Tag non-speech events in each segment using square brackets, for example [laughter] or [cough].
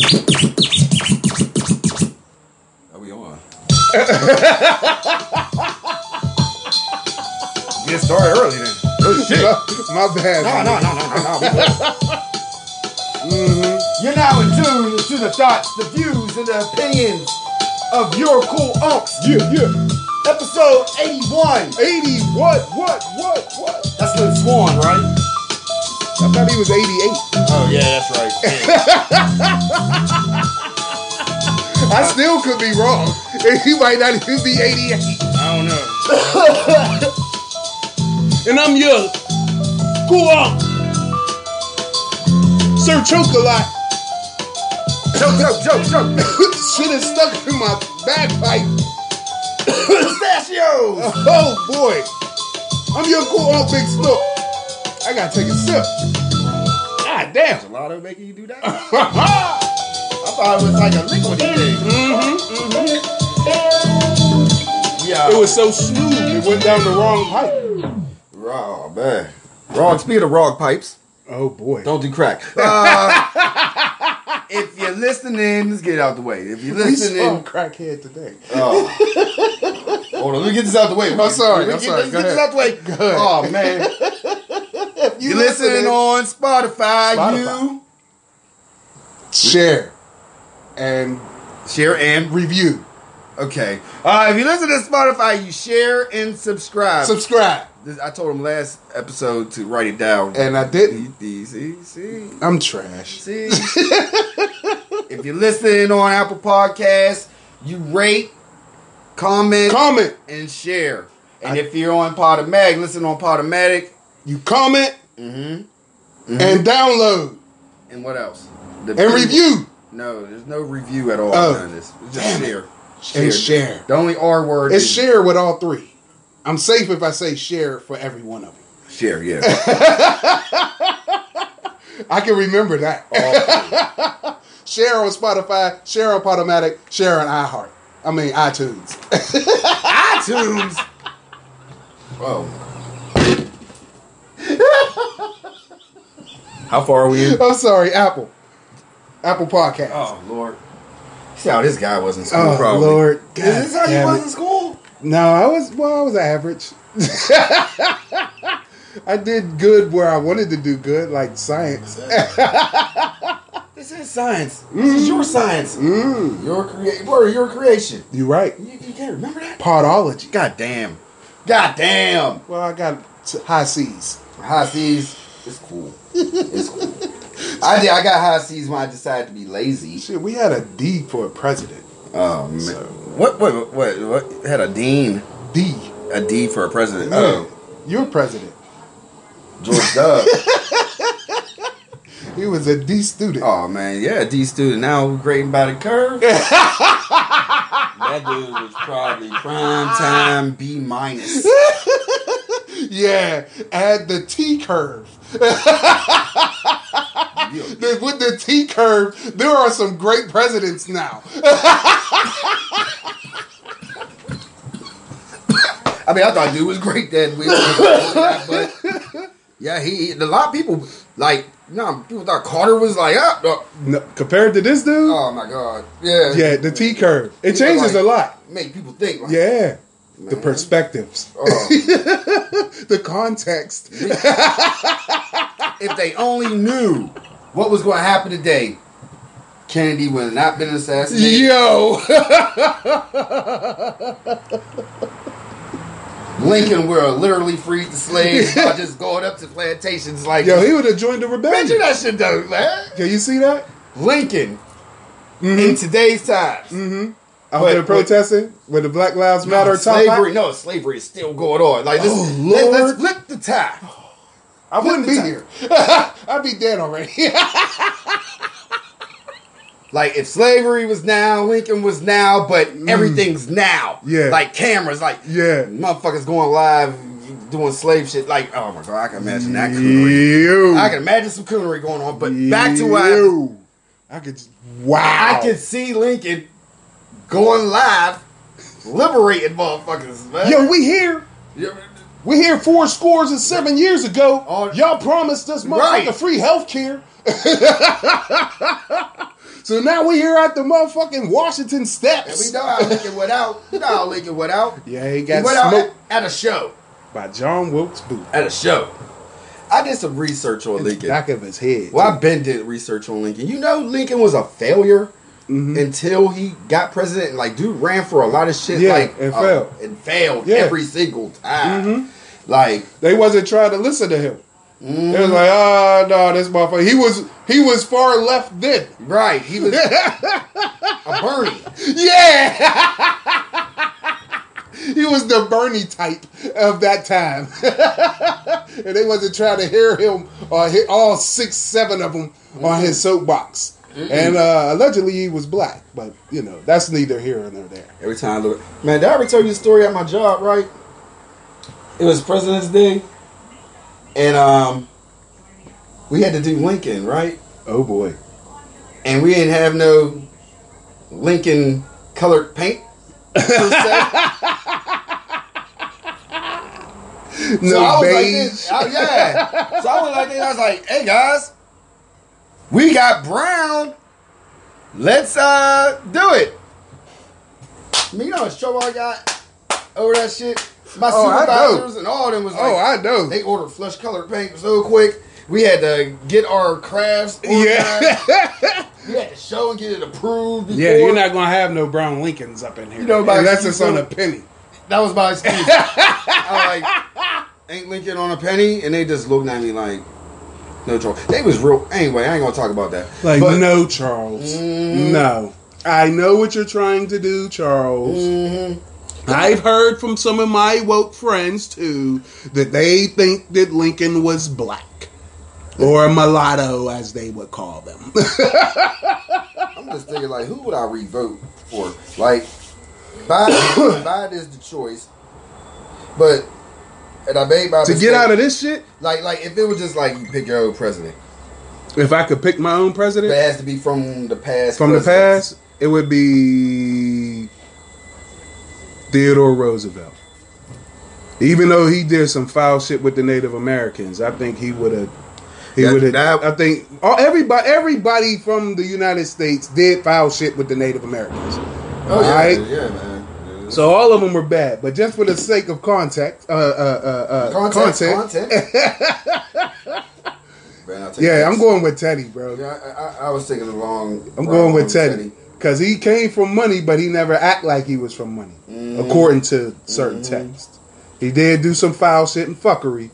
Are Oh, we on? Get started early then. Oh shit! [laughs] My bad. No, no, no, no, no, no. Mm-hmm. You're now in tune to the thoughts, the views, and the opinions of your cool unks. Yeah, yeah. Episode 81. 80, what, what, what, what? That's Lynn Swan, right? I thought he was 88. Oh, yeah, that's [laughs] right. I still could be wrong. [laughs] He might not even be 88. I don't know. [laughs] And I'm your cool uncle, Sir Choke a lot. Joke, joke, joke, joke. [laughs] Shit is stuck in my bagpipe. Pistachios. Oh boy. I'm your cool uncle, Big Snook. I gotta take a sip. God damn. Gelato making you do [laughs] that? I thought it was like a liquidy thing. Yeah. Mm-hmm, It was so smooth, it went down the wrong pipe. Raw man. Wrong speed of wrong pipes. Oh boy. Don't do crack. Uh, If you're listening, let's get it out the way. If you're We saw listening, crackhead today. Oh. Hold on, let me get this out the way. I'm sorry, Let me get I'm sorry, this- go get this ahead. out the way. Oh man. you're listening on Spotify, you share, and share and review. Okay. Uh, if you listen to Spotify, you share and subscribe. Subscribe. This- I told him last episode to write it down. And I didn't. D- see, see, I'm trash. [laughs] see. if you're listening on Apple Podcasts, you rate, comment, Comment. and share. And I- if you're on Podomatic, listen on Podomatic. You comment Mm-hmm. and download And what else? The and review No, there's no review at all Oh. on this. It's just Damn it. share. and share. The only R word It's is share with all three. I'm safe if I say share for every one of you. share. [laughs] Yeah. I can remember that. Oh. share on Spotify, share on Podomatic, share on iHeart. I mean iTunes. iTunes. Oh. How far are we in? [laughs] I'm sorry, Apple. Apple Podcast. Oh Lord. See how this guy was in school. Oh, probably. Lord. Is this how you damn was it. in school? No, I was well. I was average. [laughs] I did good where I wanted to do good, like science. This is science. Mm-hmm. This is your science. Mm, Your create. Word. Your creation. you right. You, you can't remember that. Podology. God damn. God damn. Well, I got t- high C's. High C's. It's cool. It's [laughs] cool. I did. I got high C's when I decided to be lazy. Shit, we had a D for a president. Oh man. So- What, what? What? What? Had a dean. D. A D for a president. Man, you're president. George Dub. He was a D student. oh man. Yeah. D student. Now grading by the [laughs] curve. that dude was probably prime time B minus. Yeah, add the T curve. You- The- With the T curve, there are some great presidents now. I mean, I thought dude was great that week. but yeah, he, a lot of people like. No, people thought Carter was like, ah, oh, No, compared to this dude, oh my god, yeah, yeah, the T curve. It Yeah, changes like- a lot. make people think, like, Yeah. The Man. perspectives, oh, the context. if they only knew what was going to happen today, Kennedy would have not been assassinated. Yo, Lincoln would have literally freed the slaves by just going up to plantations, like, yo, he would have joined the imagine rebellion. that shit though, man. Can you see that? Lincoln in Mm-hmm. today's times. mm-hmm. Out there But- protesting with the Black Lives No, Matter top slavery. hat. No, slavery is still going on. Like this, Oh, let, let's Lord. flip the tie. I wouldn't be Flip the here. [laughs] I'd be dead already. [laughs] Like if slavery was now, Lincoln was now, but everything's now. Mm. Yeah. like cameras, like yeah. motherfuckers going live doing slave shit. Like oh my god, I can imagine that coonery. Yo. I can imagine some coonery going on. But back to where I, Yo. I could. Wow. I could see Lincoln going live, liberating motherfuckers, man. Yo, we here. Yeah, We here four scores and seven years ago. Oh. Y'all promised us motherfucker Right. free health care. [laughs] So now we here at the motherfucking Washington And we steps. know how Lincoln went out. You know how Lincoln went out. Yeah, he He got went out smoked at, at a show. by John Wilkes Booth. At a show. I did some research on In the Lincoln. back of his head. Well, I've been did research on Lincoln. You know, Lincoln was a failure Mm-hmm. Mhm. until he got president. Like, dude ran for a lot of shit. Yeah, like, and uh, failed. And failed Yeah. every single time. Mm-hmm. Like, mm, They wasn't trying to listen to him. It was like, oh no, this motherfucker. He was he was far left then. Right. He [laughs] was a Bernie. Yeah. [laughs] he was the Bernie type of that time, [laughs] and they wasn't trying to hear him or hit all six, seven of them on his soapbox. And uh, allegedly he was black, but you know that's neither here nor there. Every time I look, man, did I ever tell you the story at my job? Right, it was President's Day, and um, we had to do Lincoln, right? Oh boy. And we didn't have no Lincoln colored paint. per se. [laughs] No so I was like, beige. this, I- yeah. So I was like, this, I was like, hey guys, we got brown. Let's uh do it. You know how much trouble I got over that shit. My Oh, I know. supervisors and all of them was like, oh, I know. They ordered flesh colored paint so quick. We had to get our crafts. organized. yeah. [laughs] we had to show and get it approved. Before. Yeah, you're not gonna have no brown Lincolns up in here. You know, by- unless it's you on know- a penny. That was my [laughs] excuse. I was like ain't Lincoln on a penny, and they just looked at me like no trouble. They was real. Anyway, I ain't gonna talk about that. Like, But- no, Charles, Mm. no. I know what you're trying to do, Charles. Mhm. I've heard from some of my woke friends too that they think that Lincoln was black. Or a mulatto, as they would call them. I'm just thinking like, who would I revote for? Like, [coughs] Biden, Biden is the choice, but and I made my to get out of this shit, like like if it was just like you pick your own president, if I could pick my own but president it has to be from the past. from the presidents. past, it would be Theodore Roosevelt. Even though he did some foul shit with the Native Americans, I think he would have. He That- would have. that- I think all, everybody, everybody from the United States did foul shit with the Native Americans. Oh yeah, Alright. yeah, man. Yeah. So all of them were bad, but just for the sake of contact, uh, uh, uh, uh, content, content. content. [laughs] Man, I'll take Yeah, that. I'm going with Teddy, bro. Yeah, I, I, I was thinking along. I'm going with Teddy because he came from money, but he never act like he was from money, Mhm. according to certain Mm-hmm. texts. He did do some foul shit and fuckery,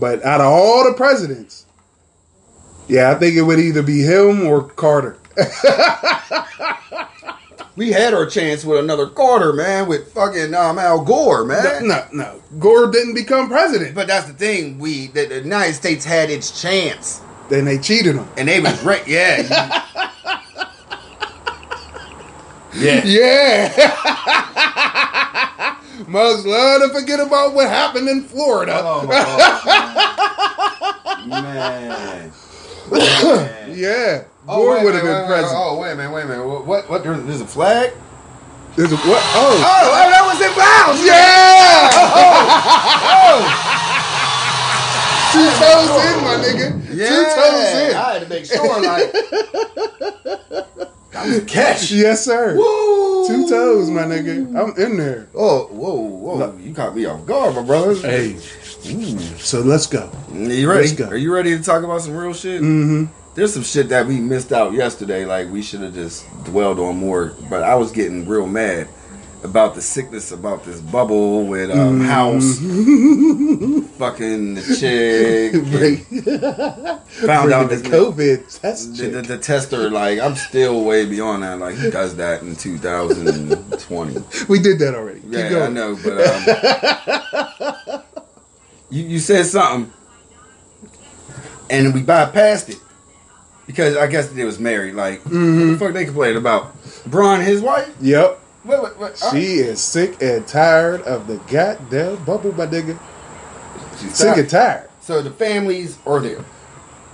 but out of all the presidents, yeah, I think it would either be him or Carter. We had our chance with another Carter, man, with fucking um, Al Gore, No, man. no, no. Gore didn't become president. But that's the thing. We the, the United States had its chance, Then they cheated [laughs] him. and they was right. [laughs] Yeah, [laughs] Yeah. Most love to forget about what happened in Florida. Oh, man. Yeah. Gore would have been president. Oh wait a minute, wait a minute. What? What? what there's, there's a flag. There's a- what? Oh. Oh, oh, that was in bounds. [laughs] Yeah! Oh. Two toes in, my nigga. Two I had to make sure. Like [laughs] that was a catch. toes in. Yes, sir. Woo! Two toes, my nigga. I'm in there. Oh, whoa, whoa! You caught me off guard, my brother. Hey. So let's go. [laughs] You ready? Let's go. Are you ready to talk about some real shit? Mm-hmm. There's some shit that we missed out yesterday. Like we should have just dwelled on more. But I was getting real mad about the sickness about this bubble with um, house, Mm-hmm. [laughs] fucking the chick. and found out the that COVID test The, check. the, the tester, like I'm still way beyond that. Like he does that in 2020. We did that already. Keep Yeah, going. I know, but um, [laughs] you you said something, and we bypassed it because I guess they was married. Like, Mm-hmm. what the fuck they complained about? Braun, his wife. Yep. What, what, what, She is sick and tired of the goddamn bubble, my nigga. She's Sick and tired. so the families are there.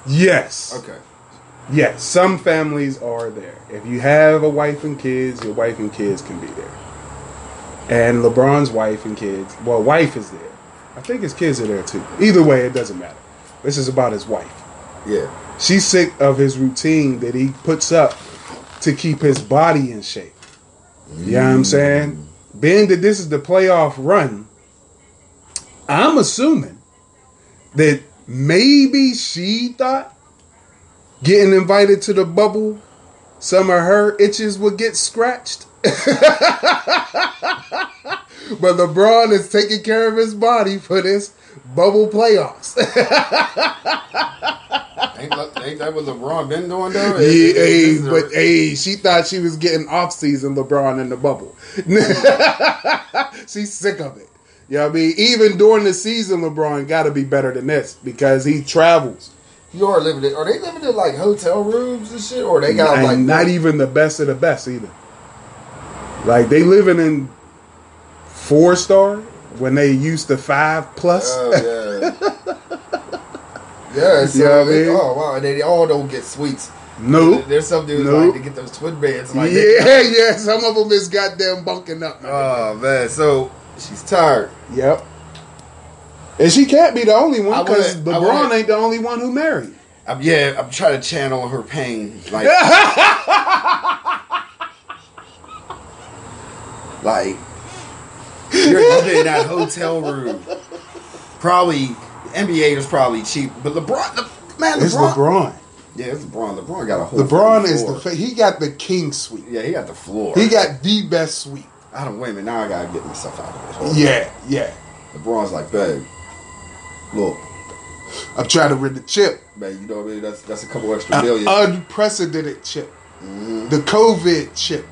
Yes. Okay. Yes, some families are there. If you have a wife and kids, your wife and kids can be there. And LeBron's wife and kids, well, wife is there. I think his kids are there too. Either way, it doesn't matter. This is about his wife. Yeah. She's sick of his routine that he puts up to keep his body in shape. You know what I'm saying? Being that this is the playoff run, I'm assuming that maybe she thought getting invited to the bubble, some of her itches would get scratched. [laughs] but LeBron is taking care of his body for this bubble playoffs. ain't, that- ain't that what LeBron been doing though? [laughs] Yeah, Is- hey, is- is- but hey, she thought she was getting off season LeBron in the bubble. [laughs] She's sick of it. You know what I mean? Even during the season, LeBron got to be better than this because he travels. you are living in, are they living in like hotel rooms and shit, or they got and like not even the best of the best either. Like they living in four star when they used to five plus. Oh yeah. [laughs] Yeah, so You know what I they- mean? oh wow, and they all don't get sweets. nope. There's some dudes Nope. like to get those twin beds. [laughs] Like they- Yeah, yeah. Some of them is goddamn bunking up. Oh man, so she's tired. Yep. And she can't be the only I one because wouldn't- I LeBron wouldn't- ain't the only one who married. I'm, yeah, I'm trying to channel her pain. Like, [laughs] like you're, you're in that hotel room. Probably NBA was probably cheap, but LeBron, Le- man, It's LeBron, LeBron. Yeah, it's LeBron. LeBron got a whole. LeBron fucking is the floor. fa- he got the king suite. Yeah, he got the floor. He got the best suite. I don't wait a minute. Now I gotta get myself out of it. Hold on. Yeah, yeah. LeBron's like, babe, look, I'm trying to rid the chip. man, you know what I mean? That's that's a couple extra An billion. unprecedented chip. The COVID chip.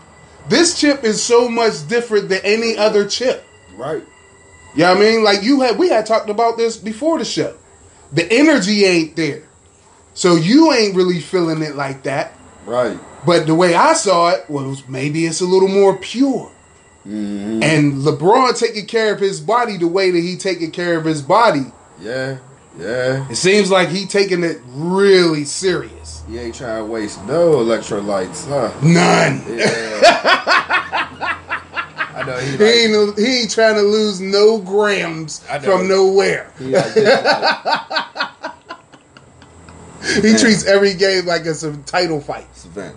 This chip is so much different than any other chip. right. You know what I mean? Like you had we had talked about this before the show. The energy ain't there. So you ain't really feeling it like that. Right. But the way I saw it was maybe it's a little more pure. Mm-hmm. And LeBron taking care of his body the way that he taking care of his body, Yeah. Yeah. it seems like he taking it really serious. You ain't trying to waste no electrolytes, huh? None. Yeah. [laughs] I know he He like, ain't, he ain't trying to lose no grams I know. from nowhere. he like this, He treats every game like it's a title fight. Savannah.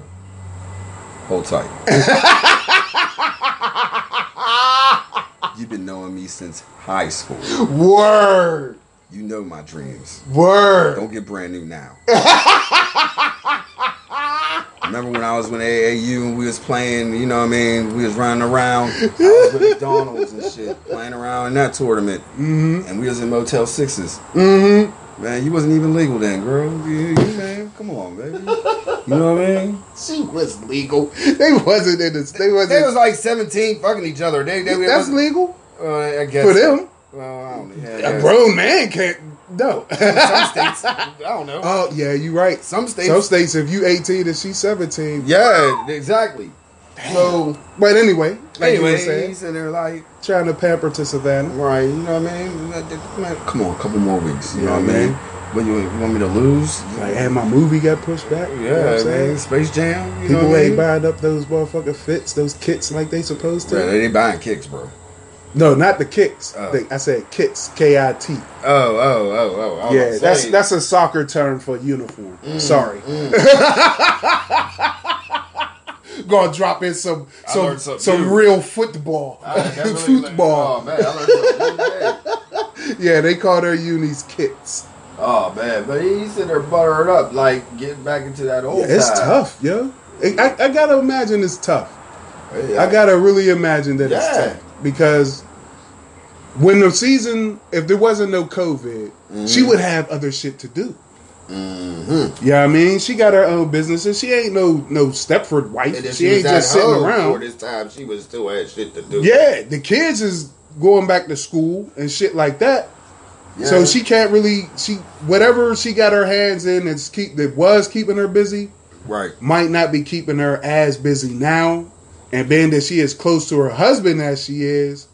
Hold tight. You've been knowing me since high school. Word. You know my dreams. Word. Don't get brand new [laughs] now. Remember when I was with AAU and we was playing, you know what I mean? We was running around. I was with McDonald's and shit, playing around in that tournament. Mm-hmm. And we was in Motel Sixes. Mm-hmm. Man, you wasn't even legal then, girl. You, you, man, come on, baby. You know what I mean? She was legal. They wasn't in this. They wasn't. They was like 17 fucking each other. They, they, that's was, legal uh, I guess. for them. Well, I don't know. A grown man can't. No. [laughs] Some states, I don't know. oh yeah, you're right. Some states. Some states, if you 18 and she's 17. yeah, exactly. So, But anyway, like you were anyway, saying, he's in there like, trying to pamper to Savannah. Right, you know what I mean? Like, man, Come on, a couple more weeks, you Yeah, know what I man. mean? What you, you want me to lose? Like, and my movie got pushed back. you know what yeah, I'm saying? man, Space Jam, you know People what I ain't mean? buying up those motherfucking fits, those kits like they supposed to. Bro, they ain't buying kicks, bro. No, not the kicks. Oh. The- I said kits, K I T. Oh, oh, oh, oh. I Mm, was Yeah, gonna that's say, that's a soccer term for uniform. Sorry. [laughs] Gonna drop in some I some learned something some new. real football, I [laughs] can't really football. Like, oh, man, I learned something new today. yeah, they call their unis kits. Oh, man, but he's in there buttering up, like, getting back into that old Yeah, it's time. tough, yo. I, I- I gotta imagine it's tough. Hey, I gotta really imagine that it's Yeah. tough because when the season, if there wasn't no COVID, she Mm-hmm. would have other shit to do. Mm-hmm. Yeah, I mean, she got her own business and she ain't no no Stepford wife. And if she ain't was at just sitting home around. For this time, she was still had shit to do. Yeah, the kids is going back to school and shit like that. Yeah. So she can't really she whatever she got her hands in and keep that was keeping her busy [laughs] Right. might not be keeping her as busy now. And being that she is close to her husband as she is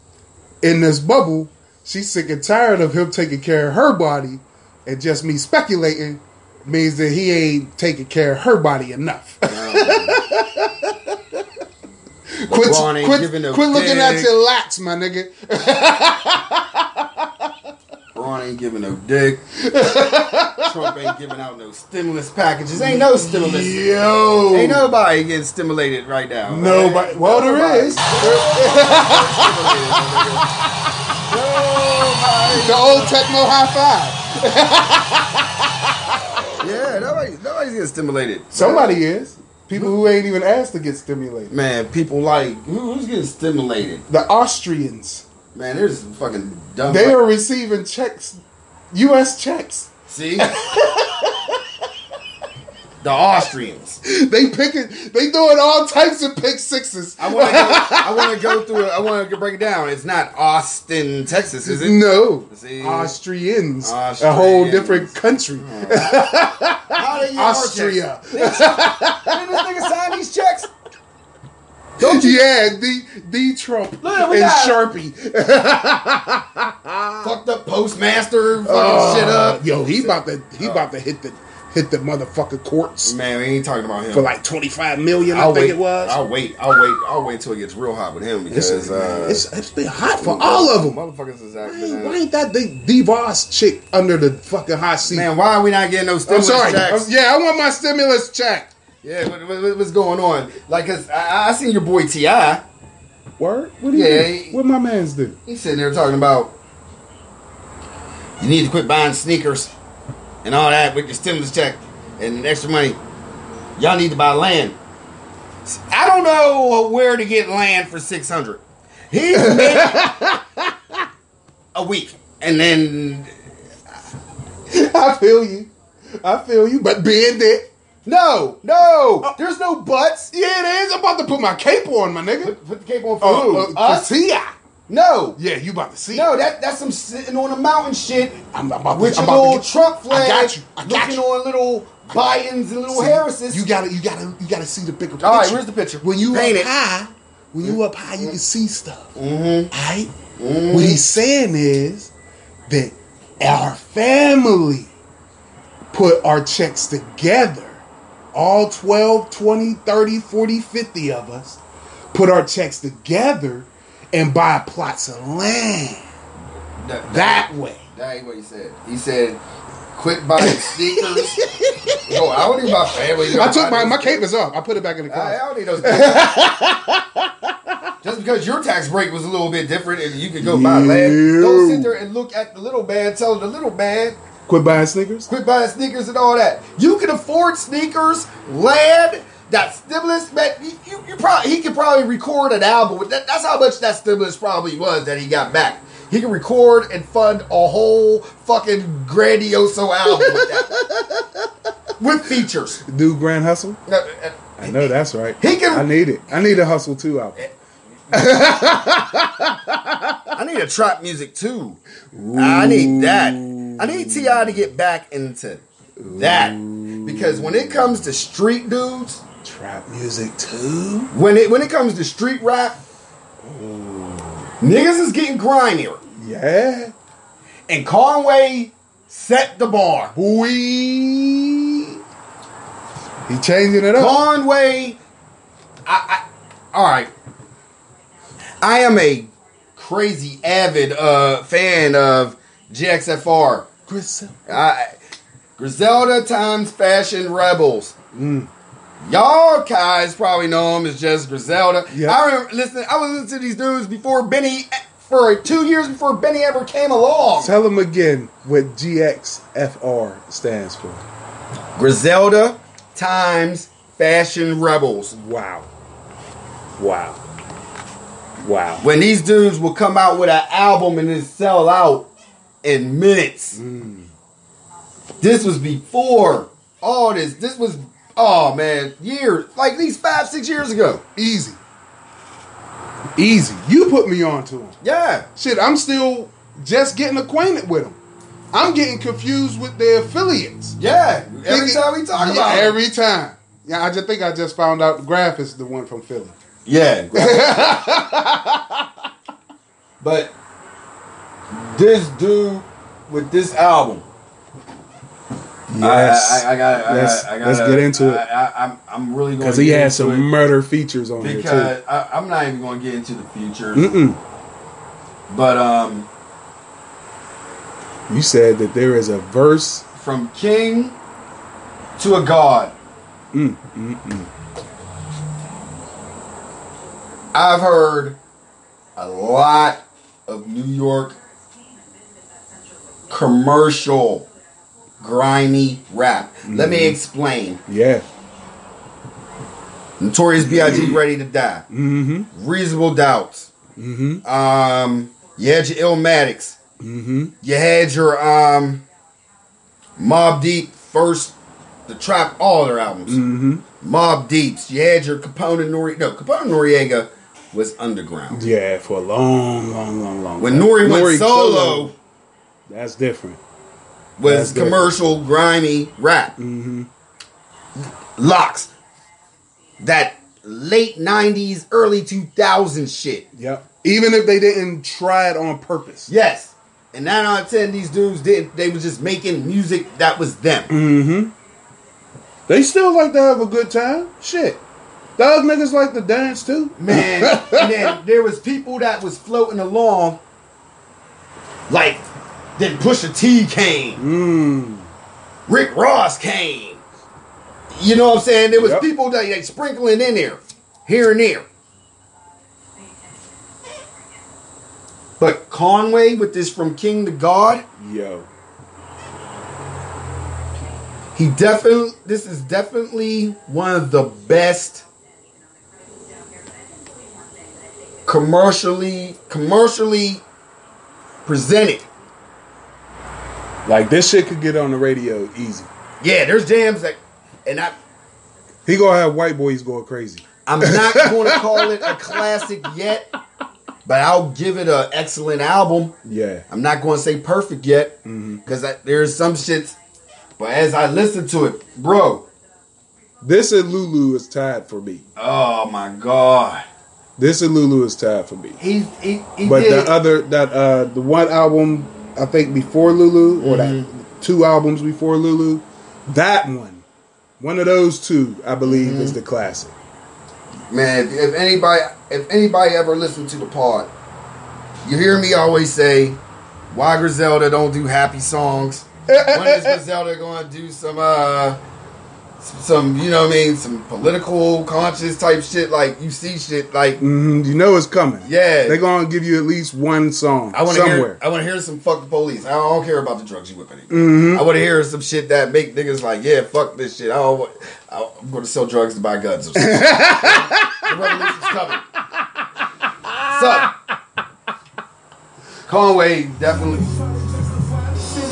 in this bubble, she's sick and tired of him taking care of her body, and just me speculating means that he ain't taking care of her body enough. [laughs] quit LeBron ain't quit, giving a quit looking at dig. your lats, my nigga. [laughs] Ron ain't giving no dick. Trump ain't giving out no stimulus packages. Ain't no stimulus. Yo. Ain't nobody getting stimulated right now. Nobody. Well, [laughs] there is. The old Tecmo High Five. Yeah, nobody, nobody's getting stimulated. Somebody is. People who ain't even asked to get stimulated. Man, people like who, who's getting stimulated? The Austrians. Man, there's fucking dumb. They are receiving checks, U.S. checks. [laughs] see [laughs] the Austrians. They picking. They doing all types of pick sixes. I want to. I want to go through. it. I want to break it down. It's not Austin, Texas, is it? No. See? Austrians. A whole Austrians. different country. How do you [laughs] Austria. Did this nigga sign these checks? Don't you? Yeah, the the Trump Look, we and got- Sharpie. Fucked up postmaster, fucking Oh, shit up. Oh. Yo, he about to he about to hit the hit the motherfucking courts Man, we ain't talking about him. for like twenty five million. I I'll think wait. it was. I'll wait. I'll wait. I'll wait till it gets real hot with him It's, because uh, it's, it's been hot for all of them. Motherfuckers is Why acting. ain't, out. why ain't that the DeVos chick under the fucking hot seat? Man, why are we not getting no I'm stimulus sorry. checks? I'm- yeah, I want my stimulus check. Yeah, what, what, what's going on? Like, 'cause I, I seen your boy Ti. Word? What do you? Yeah, do? he- What my man's do? He's sitting there talking about you need to quit buying sneakers and all that with your stimulus check and extra money. Y'all need to buy land. I don't know where to get land for six hundred. He's [laughs] made a week, and then [laughs] I feel you. I feel you. But being there, no, no. Oh. there's no buts. Yeah, it is. I'm about to put my cape on, my nigga. put the cape on for who? Oh, uh, us. see ya. No, Yeah, you about to see? no, that that's some sitting on a mountain shit. I'm about to. With I'm your about to little get- Trump flag, I got you. I got looking you. on little Bidens and little See, Harrises. You gotta, you gotta, you gotta see the bigger picture. All right, where's the picture? When you Paint up it. high, when you up high, you can see stuff. Mm-hmm. All What he's saying is that our family put our checks together. All 12, 20, 30, 40, 50 of us put our checks together and buy plots of land That- that way. That ain't what he said. He said, "Quit buying [laughs] sneakers." Yo, I don't need my family. to I took buy my, those my cape is off. I put it back in the I, I closet. don't need those. Just [laughs] because your tax break was a little bit different, and you could go buy land, don't sit there and look at the little man telling the little man, Quit buying sneakers. "Quit buying sneakers" and all that. You can afford sneakers, land. That stimulus, man, you, you, you probably he could probably record an album. with That, that's how much that stimulus probably was that he got back. He can record and fund a whole fucking grandioso album with that [laughs] with features. Do Grand Hustle. No, uh, I know that's right. He can- I need it. I need a hustle too album. I need a trap music too. I need that. I need Ti to get back into that because when it comes to street dudes, Trap music too. when it when it comes to street rap, niggas is getting grindier. Yeah. And Conway set the bar. We. He changing it up. Conway, I, I all right. I am a crazy avid uh, fan of GXFR. Grissom. I, Griselda times Fashion Rebels. Y'all guys probably know him as just Griselda. Yep. I remember listen. I was listening to these dudes before Benny for two years before Benny ever came along. Tell him again what GXFR stands for. Griselda times Fashion Rebels. Wow. Wow. Wow. when these dudes will come out with an album and then sell out in minutes. Mm. This was before all this. This was oh man, years like at least five, six years ago. Easy. Easy. You put me on to him. Yeah, Shit, I'm still just getting acquainted with him. I'm getting confused with their affiliates. yeah. Every Nigga, time we talk yeah, about it. every time. Yeah, I just think I just found out Graf is the one from Philly. [laughs] Yeah. but this dude with this album. I, I, I got. Let's- I got. let's get into it. I, I, I'm, I'm really going because he had some murder features on here because too. Mm. I, I'm not even going to get into the future. Mm-mm. But um, You said that there is a verse from king to a god. Mm, I've heard a lot of New York commercial grimy rap. Let Mm-hmm. me explain. Yeah. Notorious B.I.G. Ready to Die. Mm-hmm. Reasonable Doubts. Mm-hmm. Um, you had your Illmatics. Mm-hmm. You had your um, Mob Deep first, the Trap, all their albums. Mm-hmm. Mob Deeps. You had your Capone and Noriega. No, Capone and Noriega was underground. Yeah, for a long, long, long, long. When time. Nori went solo, that's different. That's was good. commercial, grimy rap. Mm-hmm. Locks. That late 90s, early 2000s shit. Yep. Even if they didn't try it on purpose. Yes. And nine out of ten, these dudes didn't. They were just making music that was [laughs] them. Mm-hmm. They still like to have a good time. Shit. Those niggas like to dance too. Man, and then there was people that was floating along, like, then Pusha T came. Mm. Rick Ross came. You know what I'm saying? There was Yep. people that like sprinkling in there, here and there. But Conway with this from King to God, Yo. he definitely this is definitely one of the best commercially commercially presented. Like this shit could get on the radio easy. Yeah, there's jams that and I He gonna have white boys going crazy. I'm not going to call it a classic yet, but I'll give it an excellent album. Yeah. I'm not going to say perfect yet Mm-hmm. because there's some shits. But as I listen to it, bro, This and Lulu is tied for me. oh my god, This and Lulu is tied for me. he he, he But did. the other that uh the one album I think before Lulu or Mm-hmm. that two albums before Lulu, that one, one of those two I believe Mm-hmm. is the classic. Man, if, if anybody if anybody ever listened to the pod, you hear me always say, "Why Griselda don't do happy songs? when [laughs] is Griselda going to do some uh some you know what I mean some political conscious type shit like you see shit like hmm You know it's coming. yeah They're gonna give you at least one song I want to hear somewhere. I want to hear some fuck the police I don't care about the drugs you whipping hmm I want to hear some shit that make niggas like yeah fuck this shit I don't want, I- I'm going to sell drugs to buy guns or something. the revolution's coming so Conway definitely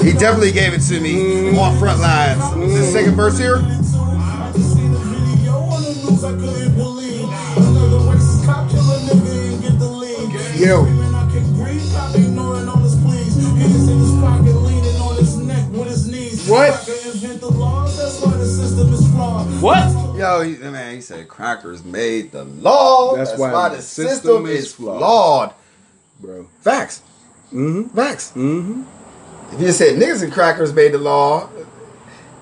he definitely gave it to me on front lines Is this second verse here I just seen a video on the news I couldn't believe. Another racist cop kill a nigga and get the lead. Yo. Screaming, I can't breathe, cop ignoring all his pleas. Hands in his pocket, leaning on his neck with his knees. What? I can invent the laws, that's why the system is flawed. What? Yo, he, man, he said Crackers made the law. That's, why, the system, is flawed. Bro. Facts. Mm-hmm. Facts. Mm-hmm. If you said niggas and crackers made the law,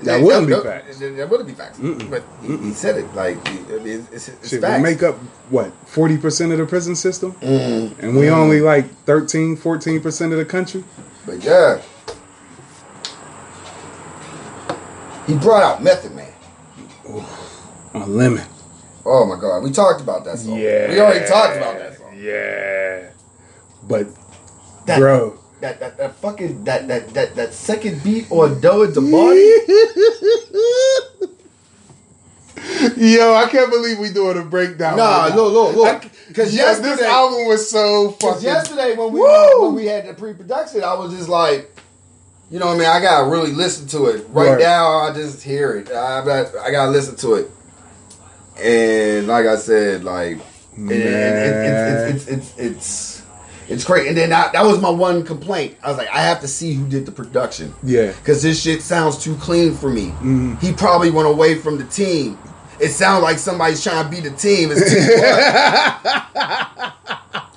That wouldn't be no, facts. That, that wouldn't be facts. Mm-mm. But he, he said it like he- I mean, it's, it's Shit, we facts. make up what, forty percent of the prison system? Mm, And we only like 13, 14 percent of the country? but yeah, he brought out Method Man. A lemon. Oh my god, we talked about that song. Yeah. we already talked about that song. Yeah. But That- bro. That, that, that fucking that, that that that second beat on Doa Dabani. [laughs] Yo, I can't believe we doing a breakdown. Nah, right now. look, look, I look. c- Because Yes, this yesterday, album was so 'cause fucking. yesterday when we Woo! when we had the pre-production, I was just like, you know what I mean? I gotta really listen to it. Right, Right. now, I just hear it. I, got- I gotta listen to it. And like I said, like it- it- Man. it's it's it's it's it's great. And then I, that was my one complaint. I was like, I have to see who did the production yeah. because this shit sounds too clean for me. [laughs] Mhm. He probably went away from the team. It sounds like somebody's trying to be the team. It's [laughs] too much.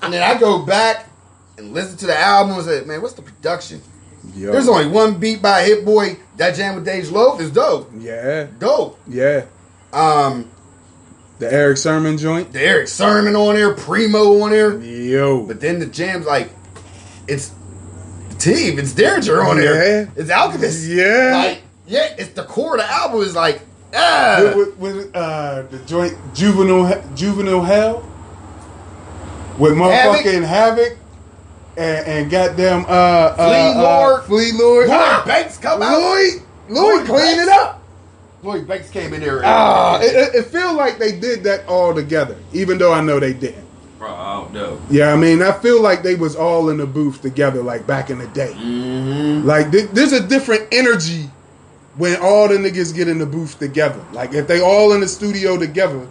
and then I go back and listen to the album and say, man, what's the production? Yo. There's only one beat by Hit Boy. That jam with Dej Loaf is dope. Yeah. Dope. Yeah. Um, The Eric Sermon joint. the Eric Sermon on there, Primo on there. Yo. But then the jam's like, it's the team. It's Derringer on there. Yeah. It's Alchemist. Yeah. Like, yeah, it's the core of the album is like, ah, with, with, with, uh, the joint juvenile juvenile hell with motherfucking havoc, and, and goddamn uh, uh, Flea Lord. uh, flea lord, Lloyd Banks come out. Lloyd, Lloyd, clean it up. Lloyd Banks came in there. and- Ah, it, it, it feel like they did that all together, even though I know they didn't. Bro, I don't know. Yeah, I mean, I feel like they was all in the booth together, like back in the day. Mm-hmm. Like th- there's a different energy when all the niggas get in the booth together. Like if they all in the studio together,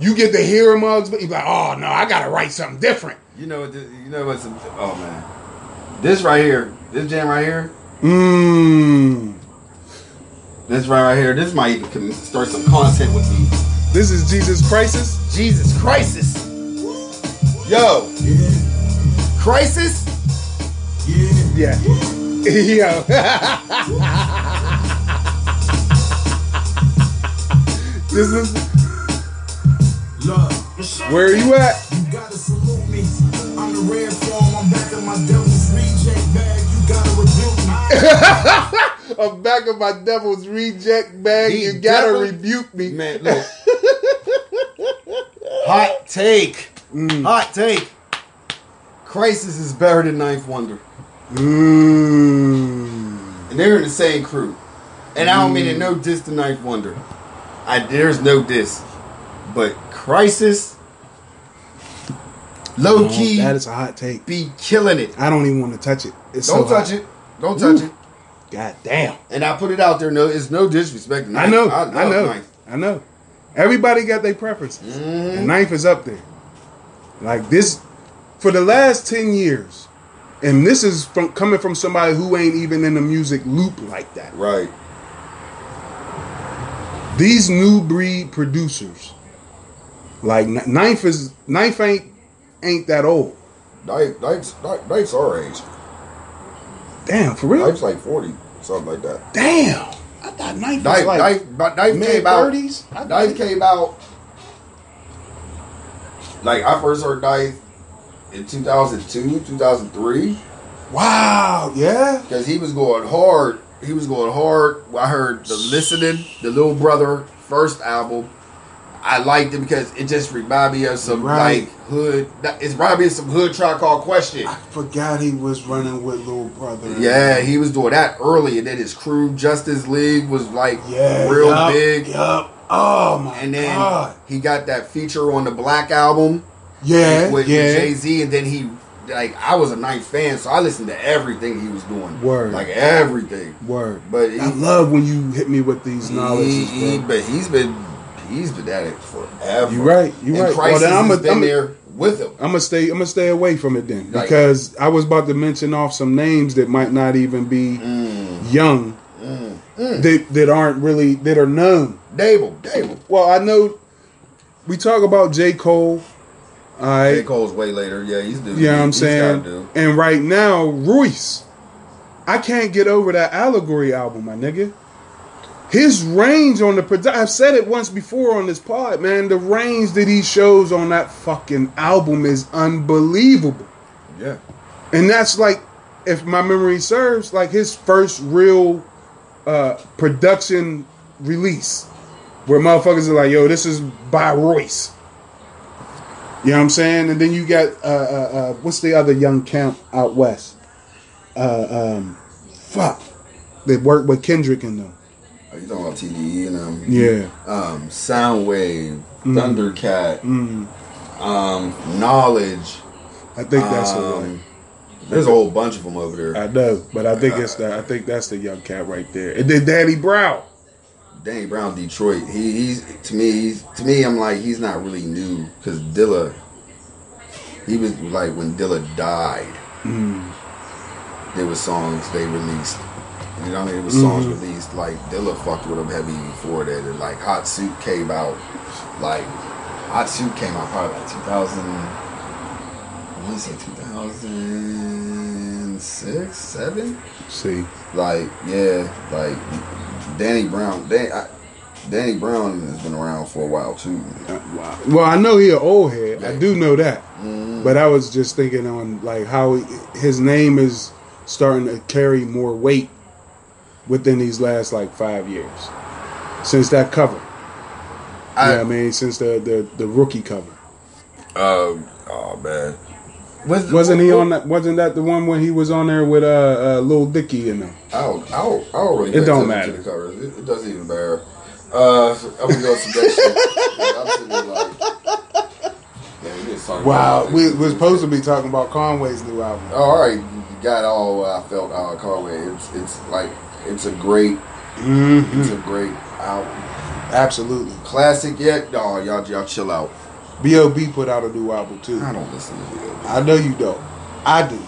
you get to hear mugs, but you be like, oh no, I gotta write something different. You know what? This, you know what's? Oh man, this right here, this jam right here, Mm. Mmm. this right right here. This might even com- start some content with me. This is Jesus Crisis. Jesus Crisis. Yo, Crisis. Yeah. [laughs] yeah. [laughs] this is where are you at? [laughs] You gotta salute me. I'm the red form. I'm back in my devil's reject bag. You gotta rebuke me. I'm back in my devil's reject bag. The You gotta devil- rebuke me. Man, [laughs] look, Hot take. Hot take. Crisis is better than Ninth Wonder. Mm. And they're in the same crew. And I don't mean it no diss to Ninth Wonder. I, there's no diss. But Crisis, low key, that is a hot take. be killing it. I don't even want to touch it. It's Don't so touch it. Don't touch Ooh. it. it. God damn. And I put it out there. No, it's no disrespect. to I Ninth. know. I, love know. Ninth. I know. Everybody got their preferences. Mm-hmm. And knife is up there. Like this, for the last ten years, and this is from coming from somebody who ain't even in the music loop like that. right? these new breed producers, like Kn- Knife is Knife ain't ain't that old. Knife, knife's, knife, knife's our age. Damn, for real. like forty, something like that. Damn, I thought Knife, Knife, was like knife, but knife mid came out. thirties. Knife came out. Like I first heard Knife in 2002, 2003, Wow, yeah. because He was going hard. He was going hard. I heard the listening, the little brother first album. I liked it because it just reminded me of some Right. like hood. It's reminded me of some hood try called question. I forgot he was running with Little Brother. Yeah, he was doing that early, and then his crew Justice League was like yeah, real yup, big. Yup. Oh my And then god. he got that feature on the Black album Yeah, with yeah. Jay Z, and then he like I was a Knife fan, so I listened to everything he was doing. Word. like everything. Word. But he, I love when you hit me with these he, knowledges, he- bro. but he's been he's been at it forever. You right, you and right. Well, Crisis then I'ma- has been I'ma- there with him. I'm gonna stay. I'm gonna stay away from it then, Right. because I was about to mention off some names that might not even be Mm. young, Mm-hmm. that that aren't really that are known. Dable, Dable. Well, I know we talk about J Cole, all right. J. Cole's way later. Yeah, he's doing. You know what I'm he's gotta saying? do. And right now, Royce, I can't get over that allegory album, my nigga. His range on the production, I've said it once before on this pod, man. The range that he shows on that fucking album is unbelievable. Yeah. And that's like, if my memory serves, like his first real uh, production release, where motherfuckers are like, "Yo, this is by Royce." You know what I'm saying? And then you got uh, uh, uh, what's the other young camp out west? Uh, um, fuck, they worked with Kendrick and them. Are you talking about TDE and um? Yeah, um, Soundwave, Mm-hmm. Thundercat, um, Knowledge. I think that's the um, one. There's a whole bunch of them over there. I know, but I think it's the I think that's the young cat right there. And then Danny Brown. Danny Brown, Detroit. He, he's to me. He's to me. I'm like he's not really new because Dilla. He was like when Dilla died. Mm, There were songs they released. You know, what I mean, it was songs released like Dilla fucked with him heavy before that, and like Hot Suit came out. Like Hot Suit came out probably like 2000. I want to say 2006, seven. See, Like, yeah, like Danny Brown. Dan, I, Danny Brown has been around for a while too. Well, I know he an old head. I Yeah. do know that. But I was just thinking on like how he, his name is starting to carry more weight within these last like five years since that cover. I- yeah, I mean since the the, the rookie cover. uh, Um, oh man, Was, Wasn't he on that? Wasn't that the one when he was on there with uh, uh Lil Dicky in them? I don't, I don't, I don't really It pay don't attention To matter. the covers. It, it doesn't even matter. Uh, I'm gonna go to some next shit. Like, I'm sitting there like, yeah, we just talking Wow, about we this. we're supposed to be talking about Conway's new album. Oh, all right, you got all what I felt. Uh, Conway. It's it's like it's a great, it's Mm. a great album. Mm-hmm. Absolutely. Classic yet? No, y'all y'all chill out. B.O.B. put out a new album too. I don't listen to him. I know you don't. I do.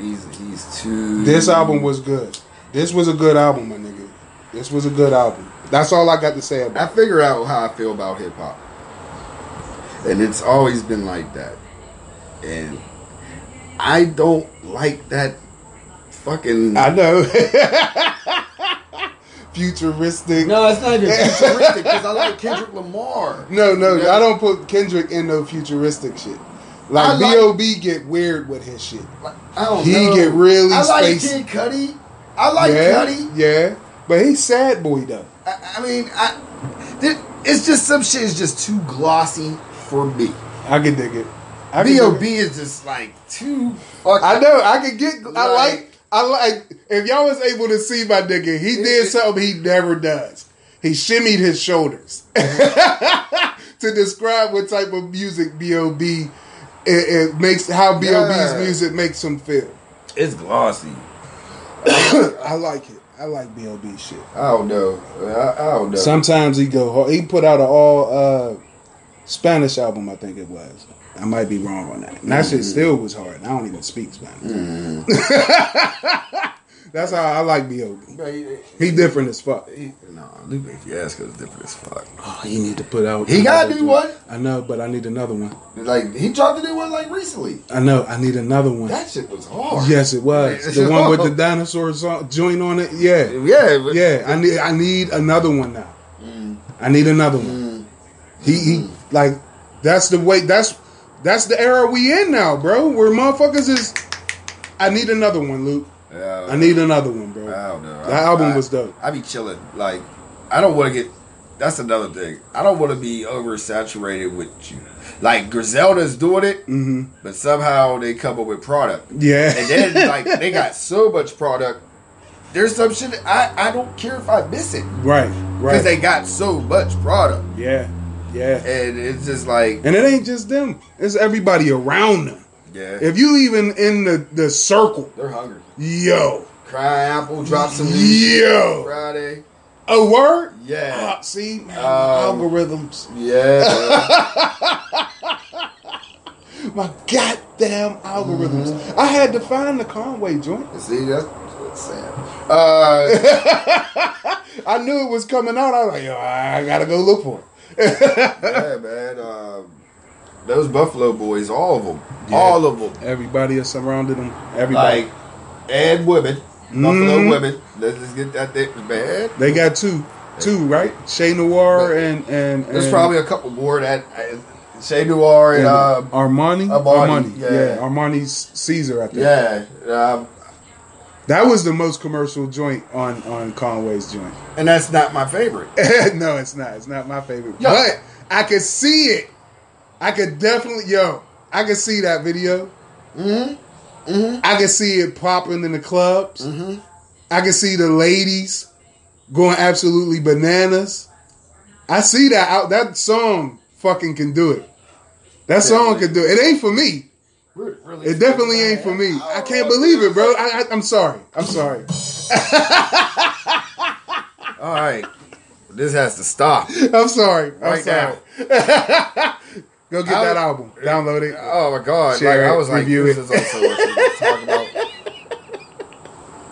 He's he's too. This album was good. This was a good album, my nigga. This was a good album. That's all I got to say about I figure out how I feel about hip hop, and it's always been like that. And I don't like that fucking. it. I know. [laughs] Futuristic. No, no, it's not even futuristic because I like Kendrick Lamar. no, I don't put Kendrick in no futuristic shit. I Like, like- B.O.B. get weird with his shit. I don't. He know. get really I like Kid spacey. Cudi. I like yeah, Cudi. yeah. But he's sad boy though. I, I mean, I. thi- it's just some shit is just too glossy for me. I can dig it. I can dig it. B.O.B. is just like too. Fuck, I know. I could get. I Like- like. I like. If y'all was able to see my nigga, he did something he never does. He shimmied his shoulders [laughs] to describe what type of music Bob it, it makes how Bob's Yeah. music makes him feel. it's glossy. I like it. I like Bob shit. I don't know. I, I don't know. Sometimes he go. hard. He put out an all uh, Spanish album. I think it was. I might be wrong on that. And that shit still was hard. I don't even speak Spanish. Mm. That's how I like Bob. He different as fuck. No, Lupe Fiasco's different as fuck. Oh, he need to put out. He got a new another one. I know, but I need another one. Like he dropped a new one like recently. I know, I need another one. That shit was hard. yes, it [laughs] was the one with the dinosaur song, joint on it. Yeah, Yeah, but yeah. I need, I need another one now. I need another one. He, he, like, that's the way. That's that's the era we in now, bro. Where motherfuckers is. I need another one, Luke. Yeah, I need another one, bro. I don't know. That I- album I- was dope. I be chilling. Like, I don't want to get. That's another thing. I don't want to be oversaturated with you. Like Griselda's doing it, Mhm. but somehow they come up with product, Yeah. and then like they got so much product. There's some shit that I I don't care if I miss it [laughs] right, right. because they got so much product, yeah, yeah. and it's just like And it ain't just them. It's everybody around them. yeah, If you even in the, the circle, they're hungry. yo, Cry Apple dropped some new shit yo, Friday. a word? Yeah, Ah, see, man, Um, algorithms. [laughs] yeah. My goddamn algorithms. I had to find the Conway joint. See, that's, that's sad. [laughs] Uh, [laughs] I knew it was coming out. I was like, yo, I gotta go look for it. yeah, man. Um, those Buffalo boys, all of them, all of them, [laughs] Everybody is surrounded them. Everybody. like and women, Buffalo Mhm. Mm-hmm. women. Let's just get that thing, man. they got two, two right? Shay Noir and and, and There's probably a couple more that uh, Shea Noir and and uh, Armani. Armani, yeah. yeah. Armani's Caesar. I think. yeah, um, That was the most commercial joint on on Conway's joint. [laughs] and that's not my favorite. no, it's not. It's not my favorite. Yo. But I could see it. I could definitely yo. I could see that video. Mm-hmm. I could see it popping in the clubs. Mm-hmm. I could see the ladies going absolutely bananas. I see that out. That song fucking can do it. That song can do it. It ain't for me. Really, It definitely ain't for me. I can't believe it, bro. I, I, I'm sorry. I'm sorry. all right, this has to stop. I'm sorry. I'm Right sorry. Go get I was- that album. Download it. Oh my god! Share like it, I was like, review this it. is also what you were talking [laughs] about.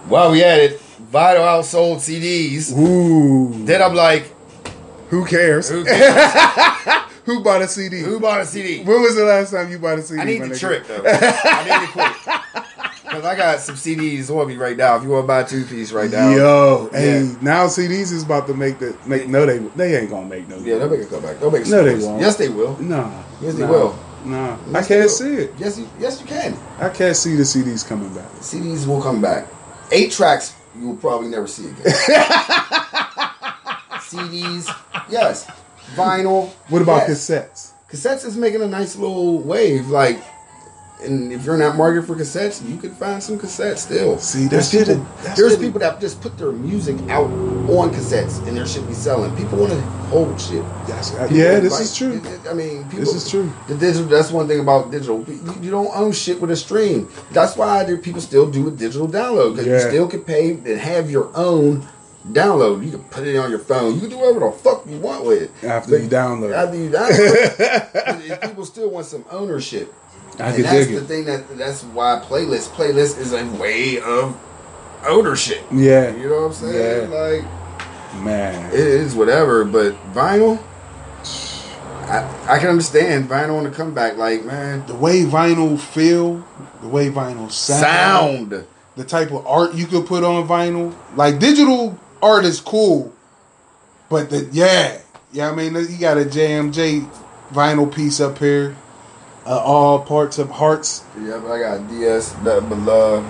While we at it, Vital outsold CDs. Ooh. Then I'm like, Who cares? who, cares? Who bought a CD? who bought a [laughs] CD? When was the last time you bought a CD? I need my the nigga? trick though. [laughs] I need it quick because I got some CDs on me right now. If you want to buy a two piece right now, Yo, Yeah. hey, now CDs is about to make the make. No, they they ain't gonna make no. yeah, they'll make a comeback. They'll make a No, they surprise. won't. Yes, they will. Nah. Yes, they nah, will. Nah, Yes, I they will. can't see it. Yes, you, yes, you can. I can't see the CDs coming back. CDs will come back. Eight tracks you will probably never see [laughs] again. CDs, yes. Vinyl. What about yes. cassettes? Cassettes is making a nice little wave. Like, and if you're in that market for cassettes, you can find some cassettes still. See, there's that shit people, is- that there's shit is- people that just put their music out on cassettes, and their shit be selling. People want to hold shit. That's, yeah, this Like, is true. it- it- I mean, people, This is true. The digital. That's one thing about digital. You, you don't own shit with a stream. That's why there, people still do a digital download because Yeah. you still can pay and have your own download. You can put it on your phone. You can do whatever the fuck you want with it. After But you download it. [laughs] after you download, it, people still want some ownership. I and could that's dig the it. thing that that's why playlist playlist is a way of ownership. Yeah, You know what I'm saying? Yeah. Like man. it is whatever, but vinyl, I, I can understand vinyl on the comeback. Like man, the way vinyl feel, the way vinyl sound, sound. the type of art you could put on vinyl. Like digital art is cool, but the yeah, yeah. I mean, you got a JMJ vinyl piece up here. Uh, all parts of hearts. Yeah, but I got DS that beloved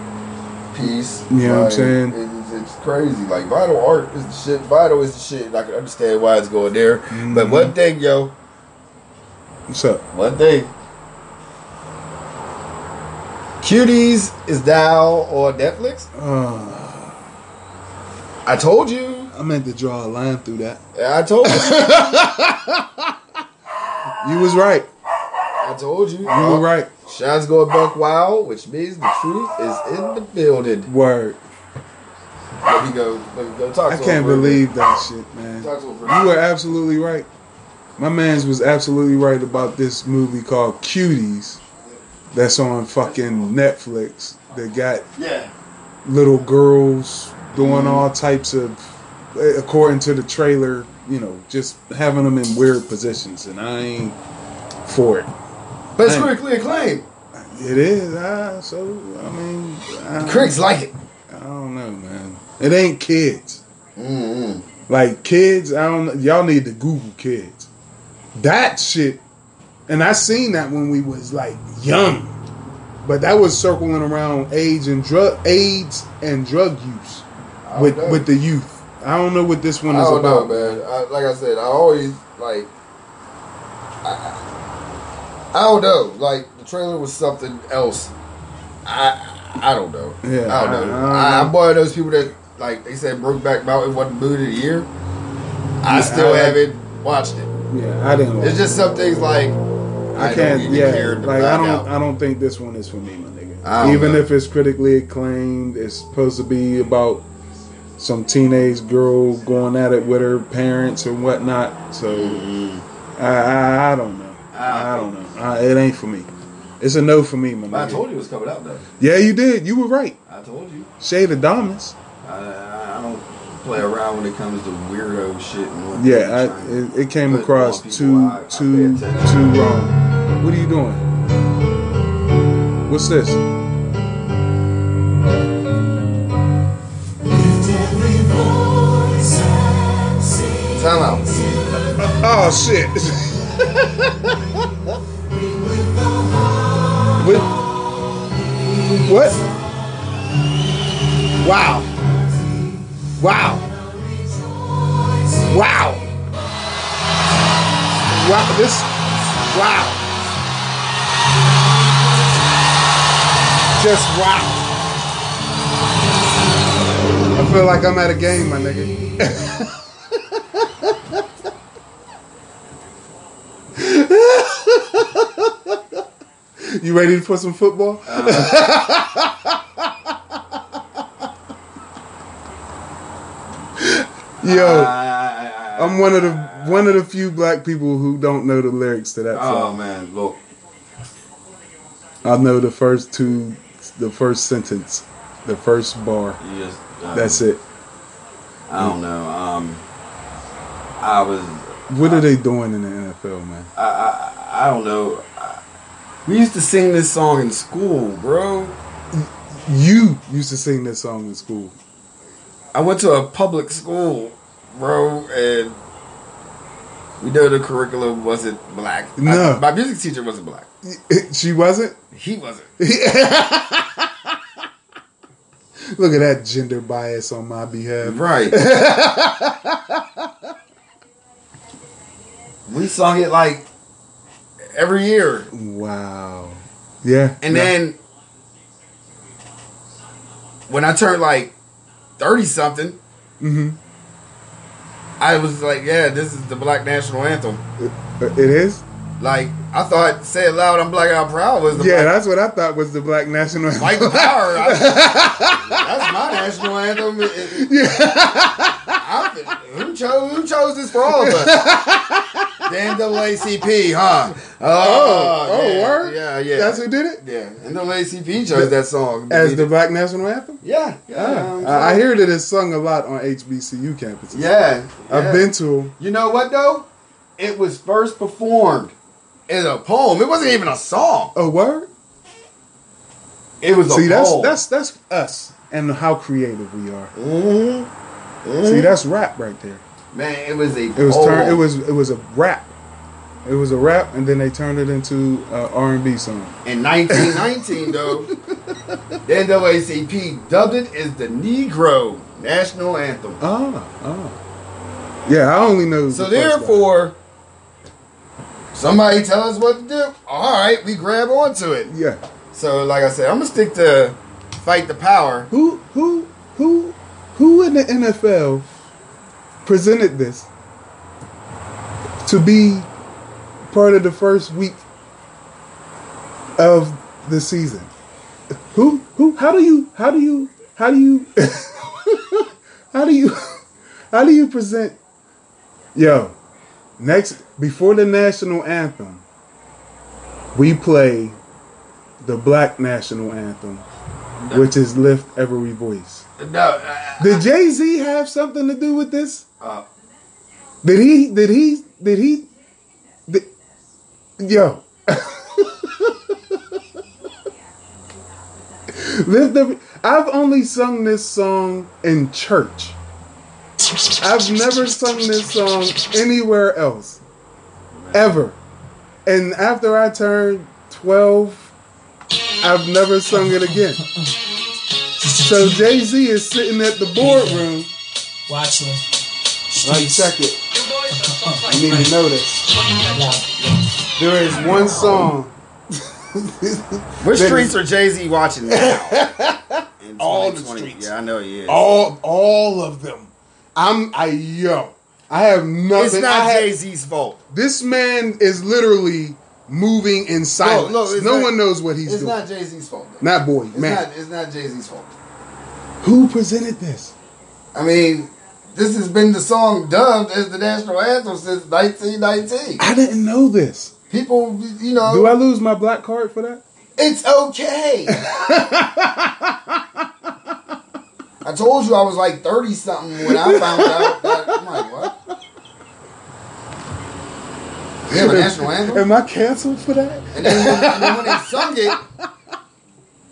piece. You know what I'm saying? It's, it's crazy. Like vital art is the shit. Vital is the shit. and I can understand why it's going there. But Mm-hmm. one thing, yo, What's up? one thing. Cuties is now on Netflix. Uh, I told you. I meant to draw a line through that. I told you. You was right. I told you. You [laughs] You were right. Shots going buck wild, which means the truth is in the building. Word. Let me go. Let me go talk. I to can't him for a believe that shit, minute. man. Talk to him for a You minute. were absolutely right. My man's was absolutely right about this movie called Cuties that's on fucking Netflix that got Yeah. little girls doing all types of eh, according to the trailer, you know, just having them in weird positions and I ain't for it. But it's Hey. critically acclaimed. It is, ah, so I mean I, Critics like it. I don't know, man. It ain't kids. Mm-hmm. Like kids, I don't. Y'all need to Google kids. That shit, and I seen that when we was like young, but that was circling around age and drug AIDS and drug use with know. with the youth. I don't know what this one I is don't know, about. man. I, like I said, I always like. I, I don't know. Like the trailer was something else. I I don't know. Yeah, I don't know. I- I, I'm one of those people that like they said Brokeback Mountain wasn't boot of the year. I Yeah, still I- haven't watched it. Yeah, I didn't. It's just some things like I, I can't. don't even yeah, care to like I find don't. out. I don't think this one is for me, my nigga. I don't Even know. if it's critically acclaimed, it's supposed to be about some teenage girl going at it with her parents and whatnot. So I, I, I don't know. I, Mm-hmm. I don't know. I, it ain't for me. It's a no for me, my I nigga. told you it was coming out though. yeah, you did. You were right. I told you. Shade of Dominus. I, I I don't play around when it comes to weirdo shit. And what Yeah, they're I, trying to- it, it came But across more people too I- I pay too attention. too wrong. What are you doing? What's this? Time out. Oh shit! [laughs] what? What? Wow! Wow! Wow! Wow! This! Wow! Just wow! I feel like I'm at a game, my nigga. [laughs] You ready for some football? [laughs] Yo, I- I- I- I'm one of the one of the few black people who don't know the lyrics to that Oh song. man, look. I know the first two, the first sentence, the first bar. You just. Um, That's it. I don't know. Um, I was. What are they doing in the NFL, man? I. I, I don't know. I, we used to sing this song in school, bro. You used to sing this song in school. [laughs] I went to a public school, bro, and we know the curriculum wasn't black. No. I- my music teacher wasn't black. She wasn't. He wasn't. Look at that gender bias on my behalf. Right. [laughs] we sung it like every year. Wow. Yeah. And no. then when I turned like 30 something, Mhm. I was like, yeah, this is the black national anthem. Uh, it is. Like, I thought Say It Loud, I'm Black, I'm Proud was the Yeah, black, that's what I thought was the black national. white [laughs] power. I- that's my national anthem. It- it- I- who, chose, who chose this for all of us? the NAACP, huh? Oh, oh, yeah, word? Yeah, yeah. That's who did it yeah, NAACP chose that song. as the black national anthem. yeah, yeah. Yeah. I I hear that it's sung a lot on HBCU campuses. Yeah, yeah. I've been to 'em. You know what though? It was first performed as a poem. It wasn't even a song. a Oh, word. It was See, a that's poem. that's that's us and how creative we are. Mhm. See, that's rap right there. man. It was a. It was poem. turn. It was it was a rap. It was a rap, and then they turned it into R and B song. in 1919 though. The NAACP dubbed it as the Negro National Anthem. Ah, ah. Yeah, I only know. So the first therefore, somebody tell us what to do. All right, we grab onto it. one. yeah. So like I said, I'm gonna stick to fight the power. Who who who who in the NFL presented this to be part of the first week of the season? Who who how do you how do you how do you [laughs] how do you how do you present yo next before the national anthem we play the black national anthem which is lift every voice. No, uh, Did Jay Z have something to do with this? uh, Did he? Did he? Did he? Did, yo, lift every. I've only sung this song in church. I've never sung this song anywhere else, ever. And after I turned twelve, I've never sung it again. So Jay Z is sitting at the boardroom. Watch them. Like, check it. I need to know this. There is one song. Which Then- streets are Jay Z watching now? [laughs] In All the 2020. streets. Yeah, I know he is. All all of them. I'm I yo. I have nothing. it's I not have- Jay Z's fault. this man is literally moving in silence. No, no, it's not- one knows what he's It's doing. Not, not Jay Z's fault. boy, It's man. not. It's not Jay Z's fault. Who presented this? I mean, this has been the song dubbed as the national anthem since 1919. I didn't know this. People, you know, Do I lose my black card for that? it's okay. I told you I was like 30 something when I found out. That, I'm like, what? We have a national anthem. Am I canceled for that? And then, when, and then when they sung it,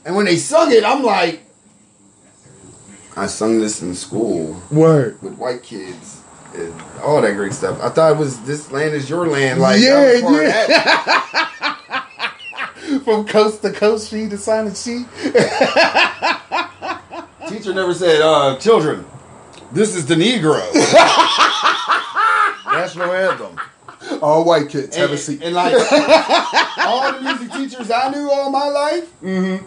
and when they sung it, I'm like, I sung this in school Word. with white kids, and all that great stuff. I thought it was this land is your land, like Yeah, I was part of yeah. [laughs] that. From coast to coast, she to sign a sheet. Teacher never said, uh, children, this is the [laughs] Negro national anthem. All white kids have a and, seat. and, like all the music teachers I knew all my life, Mhm.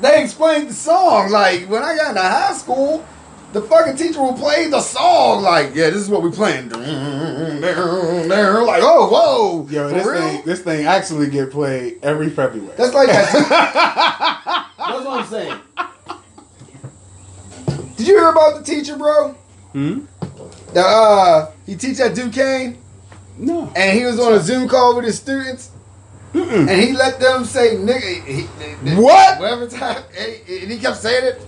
they explained the song. Like when I got into high school, the fucking teacher would play the song. Like, yeah, this is what we playing. Like, oh, whoa, Yo, for this real? thing, this thing actually get played every February. That's like that. [laughs] That's what I'm saying. Did you hear about the teacher, bro? Hmm? The, uh, he teach at Duquesne. No. and he was on a Zoom call with his students, Mm-mm. and he let them say nigga. He, he- What? Whatever time, and he, and he kept saying it.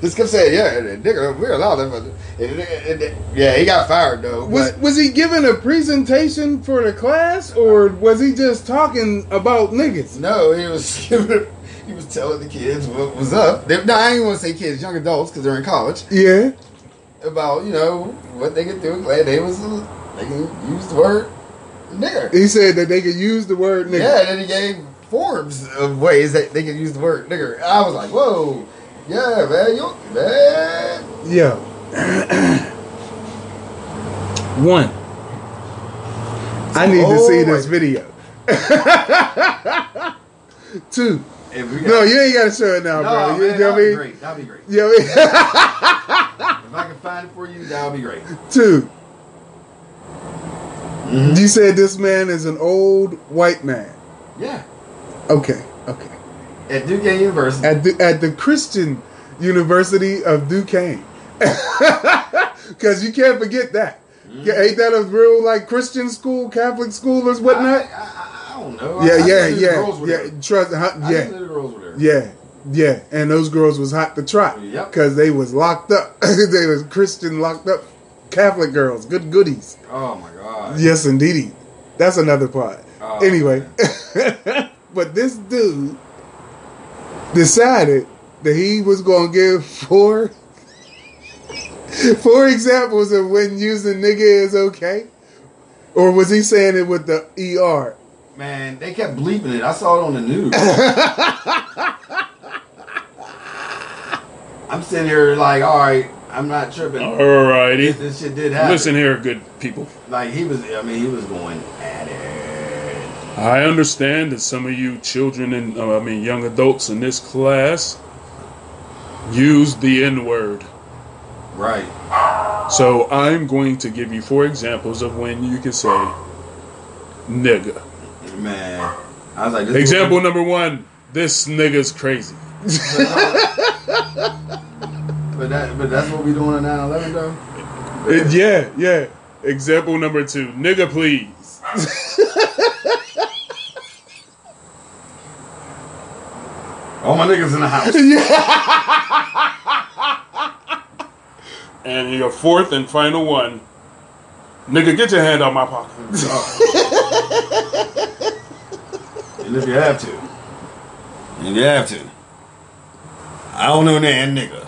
Just kept saying, yeah, nigga, we're allowed them. and- and- and- Yeah, he got fired though. Was but- was he giving a presentation for the class or was he just talking about niggas? no, he was [laughs] giving- he was telling the kids what was up. They, no, I ain't want to say kids, young adults, because they're in college. Yeah. About you know what they could do. Like they was they can use the word nigger. He said that they could use the word nigga. Yeah, and then he gave forms of ways that they could use the word nigger. I was like, whoa. Yeah, man. You, man. Yeah. [clears throat] One. I need to see Oh, this my- video. [laughs] Two. If we No, you ain't gotta show it now, bro. You know what I mean? great. That'd be great. [laughs] You know what I If mean? I can find it for you, that'll be great. 2 You said this man is an old white man. Yeah. Okay, okay. At Duke University. At the at the Christian University of Duquesne, [laughs] because you can't forget that. Mm-hmm. Yeah, Ain't that a real like Christian school, Catholic school, or I, whatnot? I, I don't know. I, yeah, I yeah, just knew the girls yeah, were yeah. there. Trust, huh, I just yeah, knew the girls were there. yeah, yeah. And those girls was hot to try, Yep. cause they was locked up. [laughs] they was Christian locked up, Catholic girls, good goodies. Oh my god. Yes, indeedy. That's another part. Uh, Oh, anyway, [laughs] but this dude decided that he was going to give four [laughs] four examples of when using nigga is okay. Or was he saying it with the ER? Man, they kept bleeping it. I saw it on the [laughs] news. I'm sitting here like, all right, I'm not tripping. Alrighty. This shit did happen. Listen here, good people. like he was. I mean, he was going at it. I understand that some of you children and uh, I mean young adults in this class use the N word. Right. So I'm going to give you four examples of when you can say nigga. Man, I was like, this Example number one: This nigga's crazy. But that, but that's what we doing on 9/11 though. Uh, yeah, yeah. Example number two: Nigga, please. All my niggas in the house. And your fourth and final one: Nigga, get your hand out my pocket. [laughs] And if you have to, if you have to, I don't know that nigga.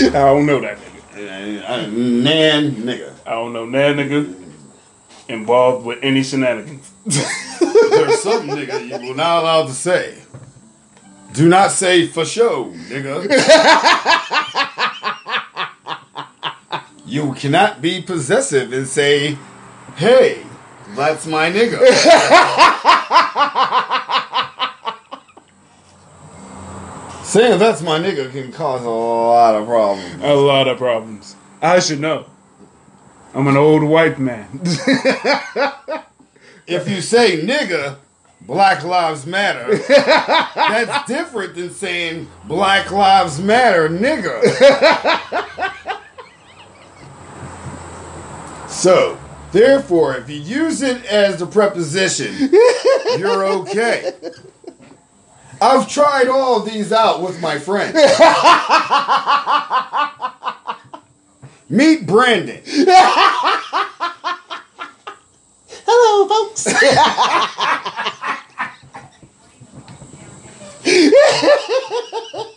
I don't know that nigga. Nan nigga. I don't know that nigga involved with any shenanigans. There's something nigga you were not allowed to say. Do not say for show, nigga. you cannot be possessive and say, hey, that's my nigga. Saying that's my nigga can cause a lot of problems. A lot of problems. I should know. I'm an old white man. If you say nigga, Black Lives Matter, that's different than saying Black Lives Matter, nigga. so, therefore, if you use it as the preposition, you're okay. I've tried all these out with my friends. Meet Brandon. Hello, folks.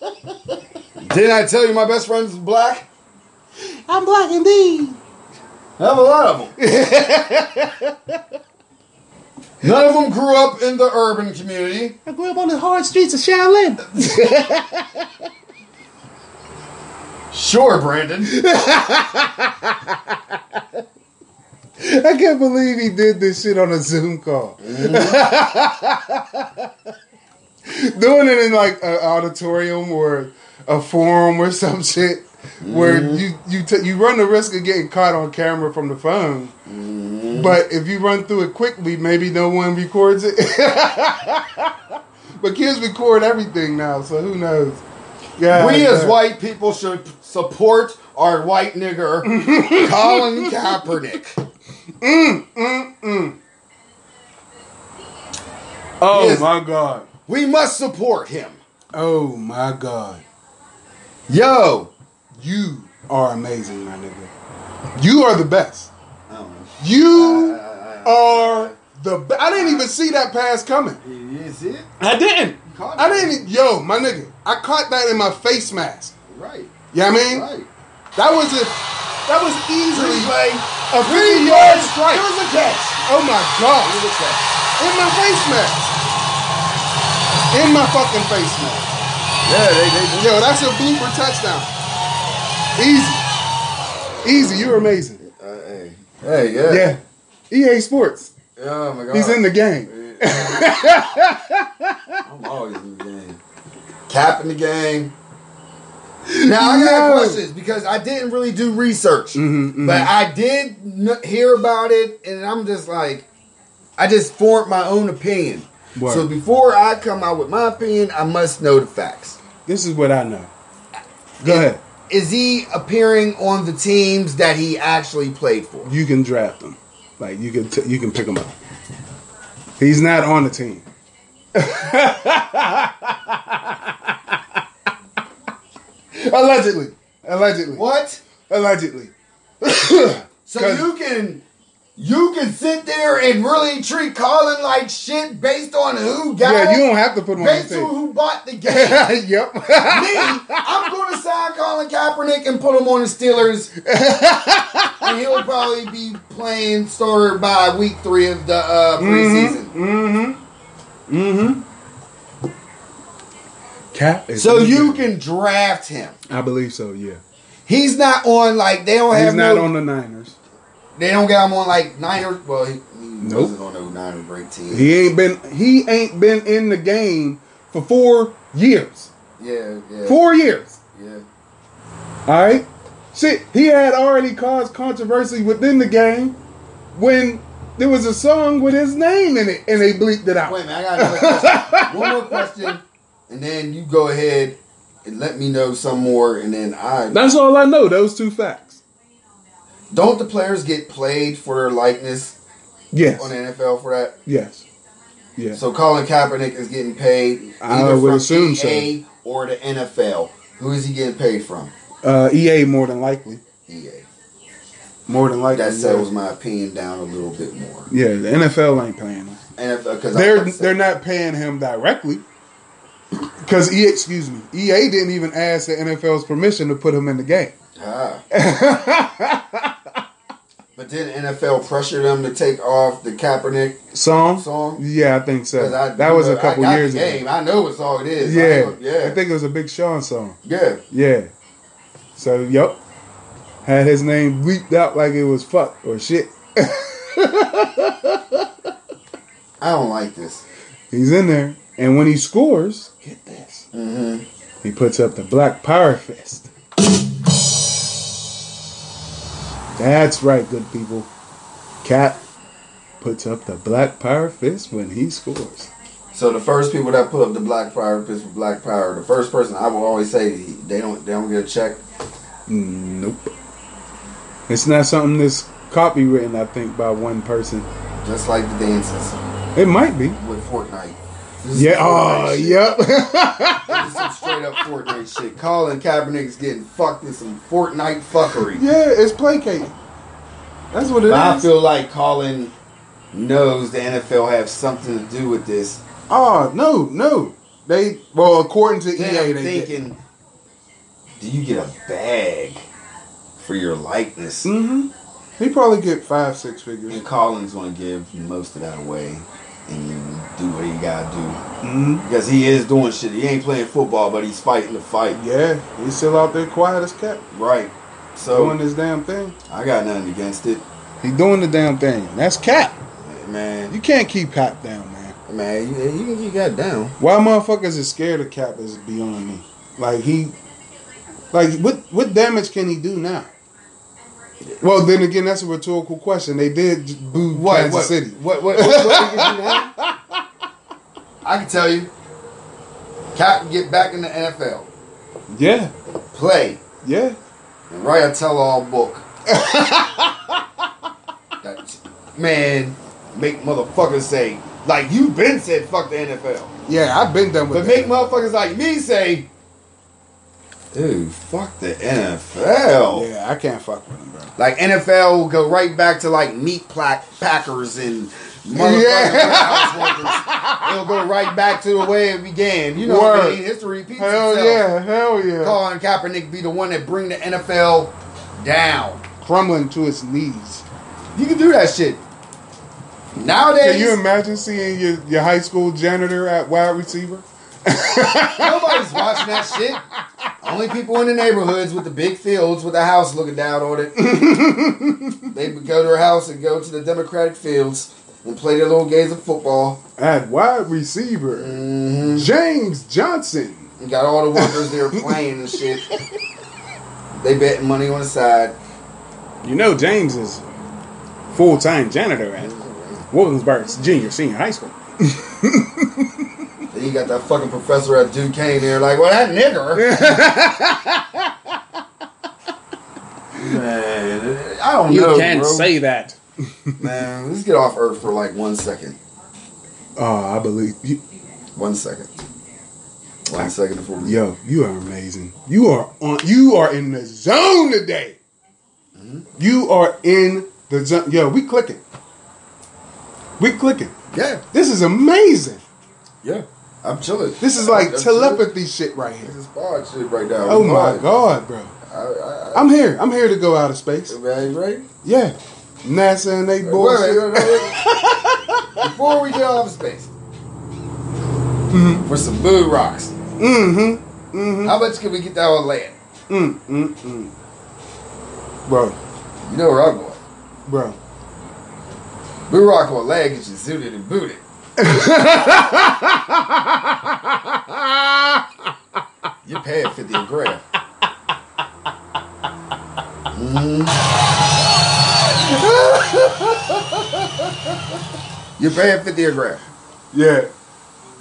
Didn't I tell you my best friend's black? I'm black indeed. I have a lot of them. [laughs] None of them grew up in the urban community. I grew up on the hard streets of Shaolin. [laughs] Sure, Brandon. I can't believe he did this shit on a Zoom call. Mm-hmm. Doing it in like an auditorium or a forum or some shit, where you Mm-hmm. you t- you run the risk of getting caught on camera from the phone. Mm-hmm. But if you run through it quickly, maybe no one records it. [laughs] but kids record everything now, so who knows? Yeah, we as yeah. white people should support our white [laughs] nigger, Colin Kaepernick. Oh Yes. my god. We must support him. Oh my god. Yo. You are amazing, my nigga. You are the best. Um, You are the best. I didn't even see that pass coming. is it? I didn't. I didn't. e, Yo, my nigga, I caught that in my face mask. Right. You know Right. what I mean? That was a that was easily Replay. a 50 yard strike. Here's a catch. Oh my god. Here's a catch. in my face mask. In my fucking face mask. Yeah, they, they Yo, that's a blooper touchdown. Easy. Easy. You're amazing. uh, hey. Hey, yeah. Yeah. EA Sports. Oh my god. He's in the game. I'm always in the game. Cap in the game. Now I got No. questions because I didn't really do research, mhm. but I did n- hear about it, and I'm just like, I just formed my own opinion. Word. So before I come out with my opinion, I must know the facts. This is what I know. Go ahead. Is he appearing on the teams that he actually played for? You can draft them. Like you can t- you can pick him up. He's not on [laughs] the team. Allegedly. Allegedly. What? Allegedly. So 'Cause- you can you can sit there and really treat Colin like shit based on who got Yeah, you him, don't have to put him on based the on [laughs] team. who bought the game. Me, [laughs] yep. I'm going to sign Colin Kaepernick and put him on the [laughs] Steelers, and he'll probably be playing starter by week three of the uh, Mm-hmm. preseason. Mm-hmm. Cap is So in the you game. can draft him. I believe so, yeah. He's not on like they don't He's have not no, on the Niners. they don't get him on like Niner. Well, he, he Nope. wasn't on no Niner break team. He ain't been he ain't been in the game for four years. yeah, yeah, Four years. yeah. All right, shit. He had already caused controversy within the game when there was a song with his name in it, and they bleeped it out. [laughs] Wait, man, I got another question. one more question, and then you go ahead and let me know some more, and then I That's all I know. Those two facts. don't. The players get played for their likeness Yes. on the NFL for that. Yes. Yes. So Colin Kaepernick is getting paid I either would from assume so. EA or the NFL. Who is he getting paid from? Uh, EA more than likely. EA. More than likely. That yeah. settles my opinion down a little bit more. yeah, the NFL ain't paying him. NFL because They're they're not paying him directly. Because EA, excuse me, EA didn't even ask the NFL's permission to put him in the game. [laughs] Ah. but then NFL pressured them to take off the Kaepernick Song? Song? Yeah, I think so. 'Cause I- that was a I couple got years the ago. game. I know what song it is. I Yeah, know- yeah, I think it was a Big Sean song. yeah. Yeah. So, yep. Had his name bleeped out like it was fuck or shit. I don't like this. He's in there. And when he scores, get this. Mm-hmm. He puts up the Black Power Fist. That's right, good people. Cat puts up the Black Power Fist when he scores. So the first people that put up the Black Power fist for Black Power, the first person I will always say they don't they don't get a check. Nope. It's not something that's copywritten, I think, by one person. Just like the dances It might be. with Fortnite. This is Yeah. some Fortnite Oh, shit. yep. [laughs] This is some straight up Fortnite shit. Colin Kaepernick's getting fucked in some Fortnite fuckery. yeah, it's placating. That's what it is. But I feel like Colin knows the NFL have something to do with this. oh no, no. They well, according to Then EA, I'm they thinking, do you get a bag for your likeness? hmm He probably get five, six figures. And Colin's gonna give most of that away, and you do what you gotta do hmm because he is doing shit. He ain't playing football, but he's fighting the fight, Yeah, he's still out there quiet as cat, right? So doing his damn thing. I got nothing against it, He doing the damn thing. That's cat. man. You can't keep cat down, man. Man, you, you can get got down. Why motherfuckers is scared of Cap is beyond me. Like he, like what what damage can he do now? Well, then again, that's a rhetorical question. They did j- boo Kansas City. What? What? what, what you can do now? [laughs] I can tell you, Cap can get back in the NFL, Yeah, play, yeah. and write a tell-all [laughs] book. That- man, make motherfuckers say like you been said fuck the NFL, Yeah, I've been done but with make that. motherfuckers like me say, dude, fuck the NFL. Yeah, I can't fuck with him, bro. Like NFL will go right back to like meat pla- packers and motherfucking Yeah. house workers. It'll go right back to the way it began. You know, what I Word. mean? history repeats Hell itself. yeah, hell yeah. Colin Kaepernick be the one that bring the NFL down. Crumbling to his knees. You can do that shit. Nowadays, Can you imagine seeing your, your high school janitor at wide receiver? [laughs] Nobody's watching that shit. Only people in the neighborhoods with the big fields with the house looking down on it. [laughs] they would go to her house and go to the Democratic fields and play their little games of football. Mm-hmm. At wide receiver, James Johnson. And got all the workers there playing and shit. They betting money on the side. You know James is full time janitor at Wilkinsburg's junior senior high school. Then you got that fucking professor at Duquesne there, like, well, that [laughs] nigger. Man, I don't You know. can't bro. say that. Man, let's get off Earth for like one second. Oh, I believe you. One second. One second before we. Yo, you are amazing. You are on. You are in the zone today. Mm-hmm. You are in the zone. Yo, we clicking. We clicking. Yeah, This is amazing. yeah. I'm chilling. This is like I'm chilling. telepathy shit right This here. is bad shit right now. Oh my Bad. god, bro. I, I, I'm here. I'm here to go out of space. I, right, right. Yeah. NASA and they Wait, wait, bullshit. wait, wait, [laughs] wait. Before we get off space, for some boo rocks, Mm-hmm. Mm-hmm. how much can we get down on land? Mm, mm, mm. Mm-hmm. Bro, You know where I'm going. bro. Boo rock on land gets you zooted and booted. You're paying 50 a gram. Mm-hmm. Mhm. You're paying 50 a gram. Yeah.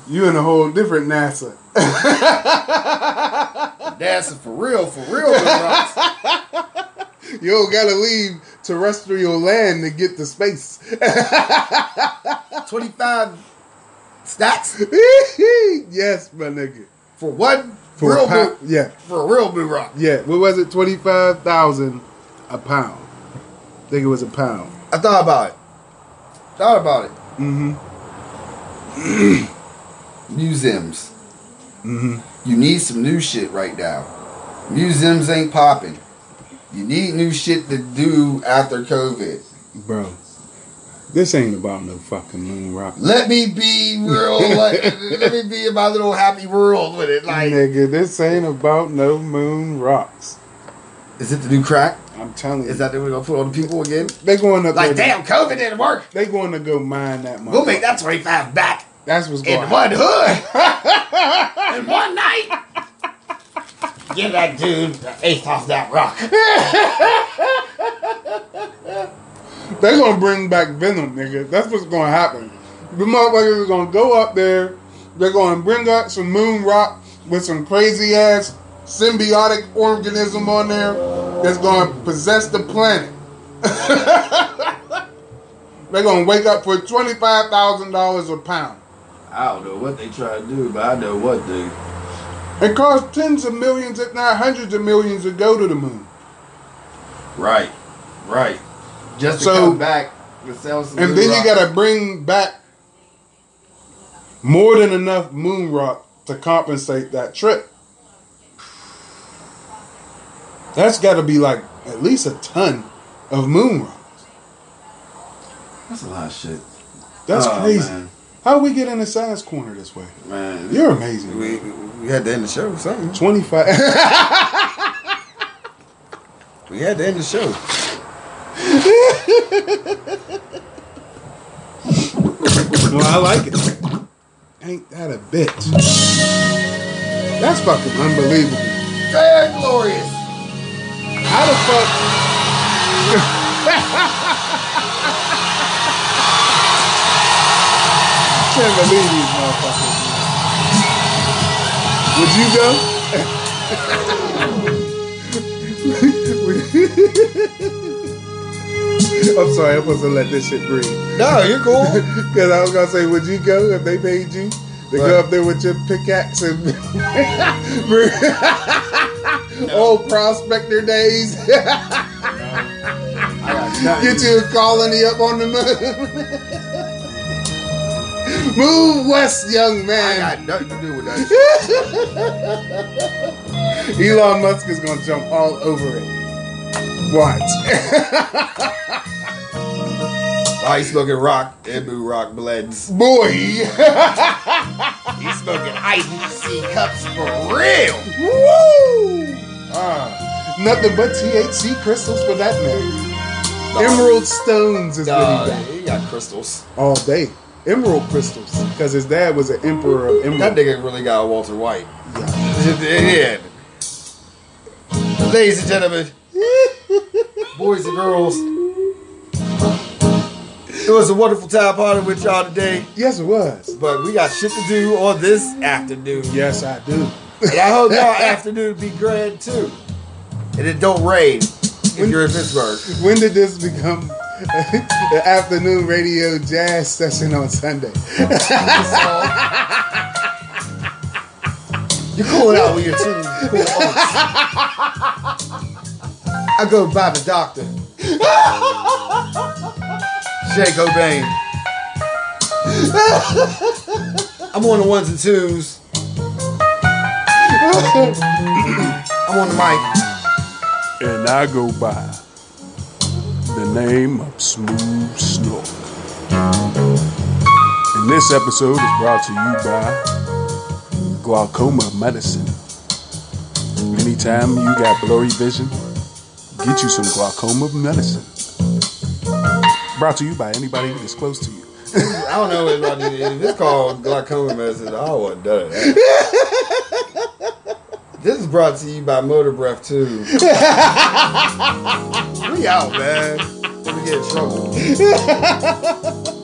You in a whole different NASA. Dancing for real, for real, Boo Rocks. You don't gotta leave terrestrial land to get to space. [laughs] 25 stacks yes, my nigga. for one For real a pound. boo, Yeah, for a real boo rock. yeah. What was it? Twenty five thousand a pound. I think it was a pound. I thought about it. Thought about it. Mm-hmm. [clears throat] Museums. Mm-hmm. You need some new shit right now. Museums ain't popping. You need new shit to do after COVID. Bro, this ain't about no fucking moon rock. Let me be real. [laughs] like, let me be in my little happy world with it. Like, Nigga, this ain't about no moon rocks. is it the new crack? I'm telling you, Is that what we're gonna put on the people again? they going up Like, there. damn, COVID didn't work. They going to go mine that money. We'll make that twenty-five back That's what's in going. on. one hood [laughs] in one night. Give that dude the eighth off that rock. They gonna bring back Venom, nigga. That's what's gonna happen. The motherfuckers are gonna go up there. They're gonna bring up some moon rock with some crazy ass symbiotic organism on there that's gonna possess the planet. [laughs] They're gonna wake up for twenty five thousand dollars a pound. I don't know what they try to do, but I know one thing. It costs tens of millions, if not hundreds of millions, to go to the moon. Right, right. Just to So- come back and sell some. And new then you rock. gotta bring back more than enough moon rock to compensate that trip. That's gotta be like at least a ton of moon rock. That's a lot of shit. That's Oh, crazy. Man. How we get in the science corner this way? man. You're amazing. We, we had to end the show or something. [laughs] 25. We had to end the show. well, I like it. Ain't that a bitch? That's fucking unbelievable. Fair glorious. How the fuck? [laughs] Can't believe these motherfuckers. man. Would you go? [laughs] I'm sorry, I'm supposed to let this shit breathe. [laughs] No, you're cool. [laughs] Because I was gonna say, would you go if they paid you to Right. go up there with your pickaxe and [laughs] [laughs] old prospector days? I got nothing. Get you a colony up on the moon. Move west, young I man. got nothing to do with [laughs] that. shit. Elon Musk is gonna jump all over it. Watch. I smoking rock, Ebu rock blends. Boy. He's smoking IBC cups for real. Woo! Ah, nothing but THC crystals for that man. Emerald stones is Nah, what he got he got crystals. all day. Emerald crystals, because his dad was an emperor of That emerald. nigga really got Walter White. [laughs] yeah. Ladies and gentlemen, boys and girls, it was a wonderful time partying with y'all today, Yes, it was. but we got shit to do on this afternoon. Yes, I do. And I hope y'all [laughs] afternoon be grand too. And it don't rain if you're in Pittsburgh. When did this become [laughs] the afternoon radio jazz session on [laughs] Sunday? You're cooling out with your two cool aunts. I go by the doctor. Jake Cobain. I'm on the ones and twos. I'm on the mic. And I go by the name of Smooth Snork. And this episode is brought to you by Glaucoma Medicine. Anytime you got blurry vision, get you some glaucoma medicine. Brought to you by anybody that's close to you. I don't know if, I, if it's called glaucoma medicine. I wasn't done This is brought to you by Motor Breath 2. we out, man. Let me get in trouble.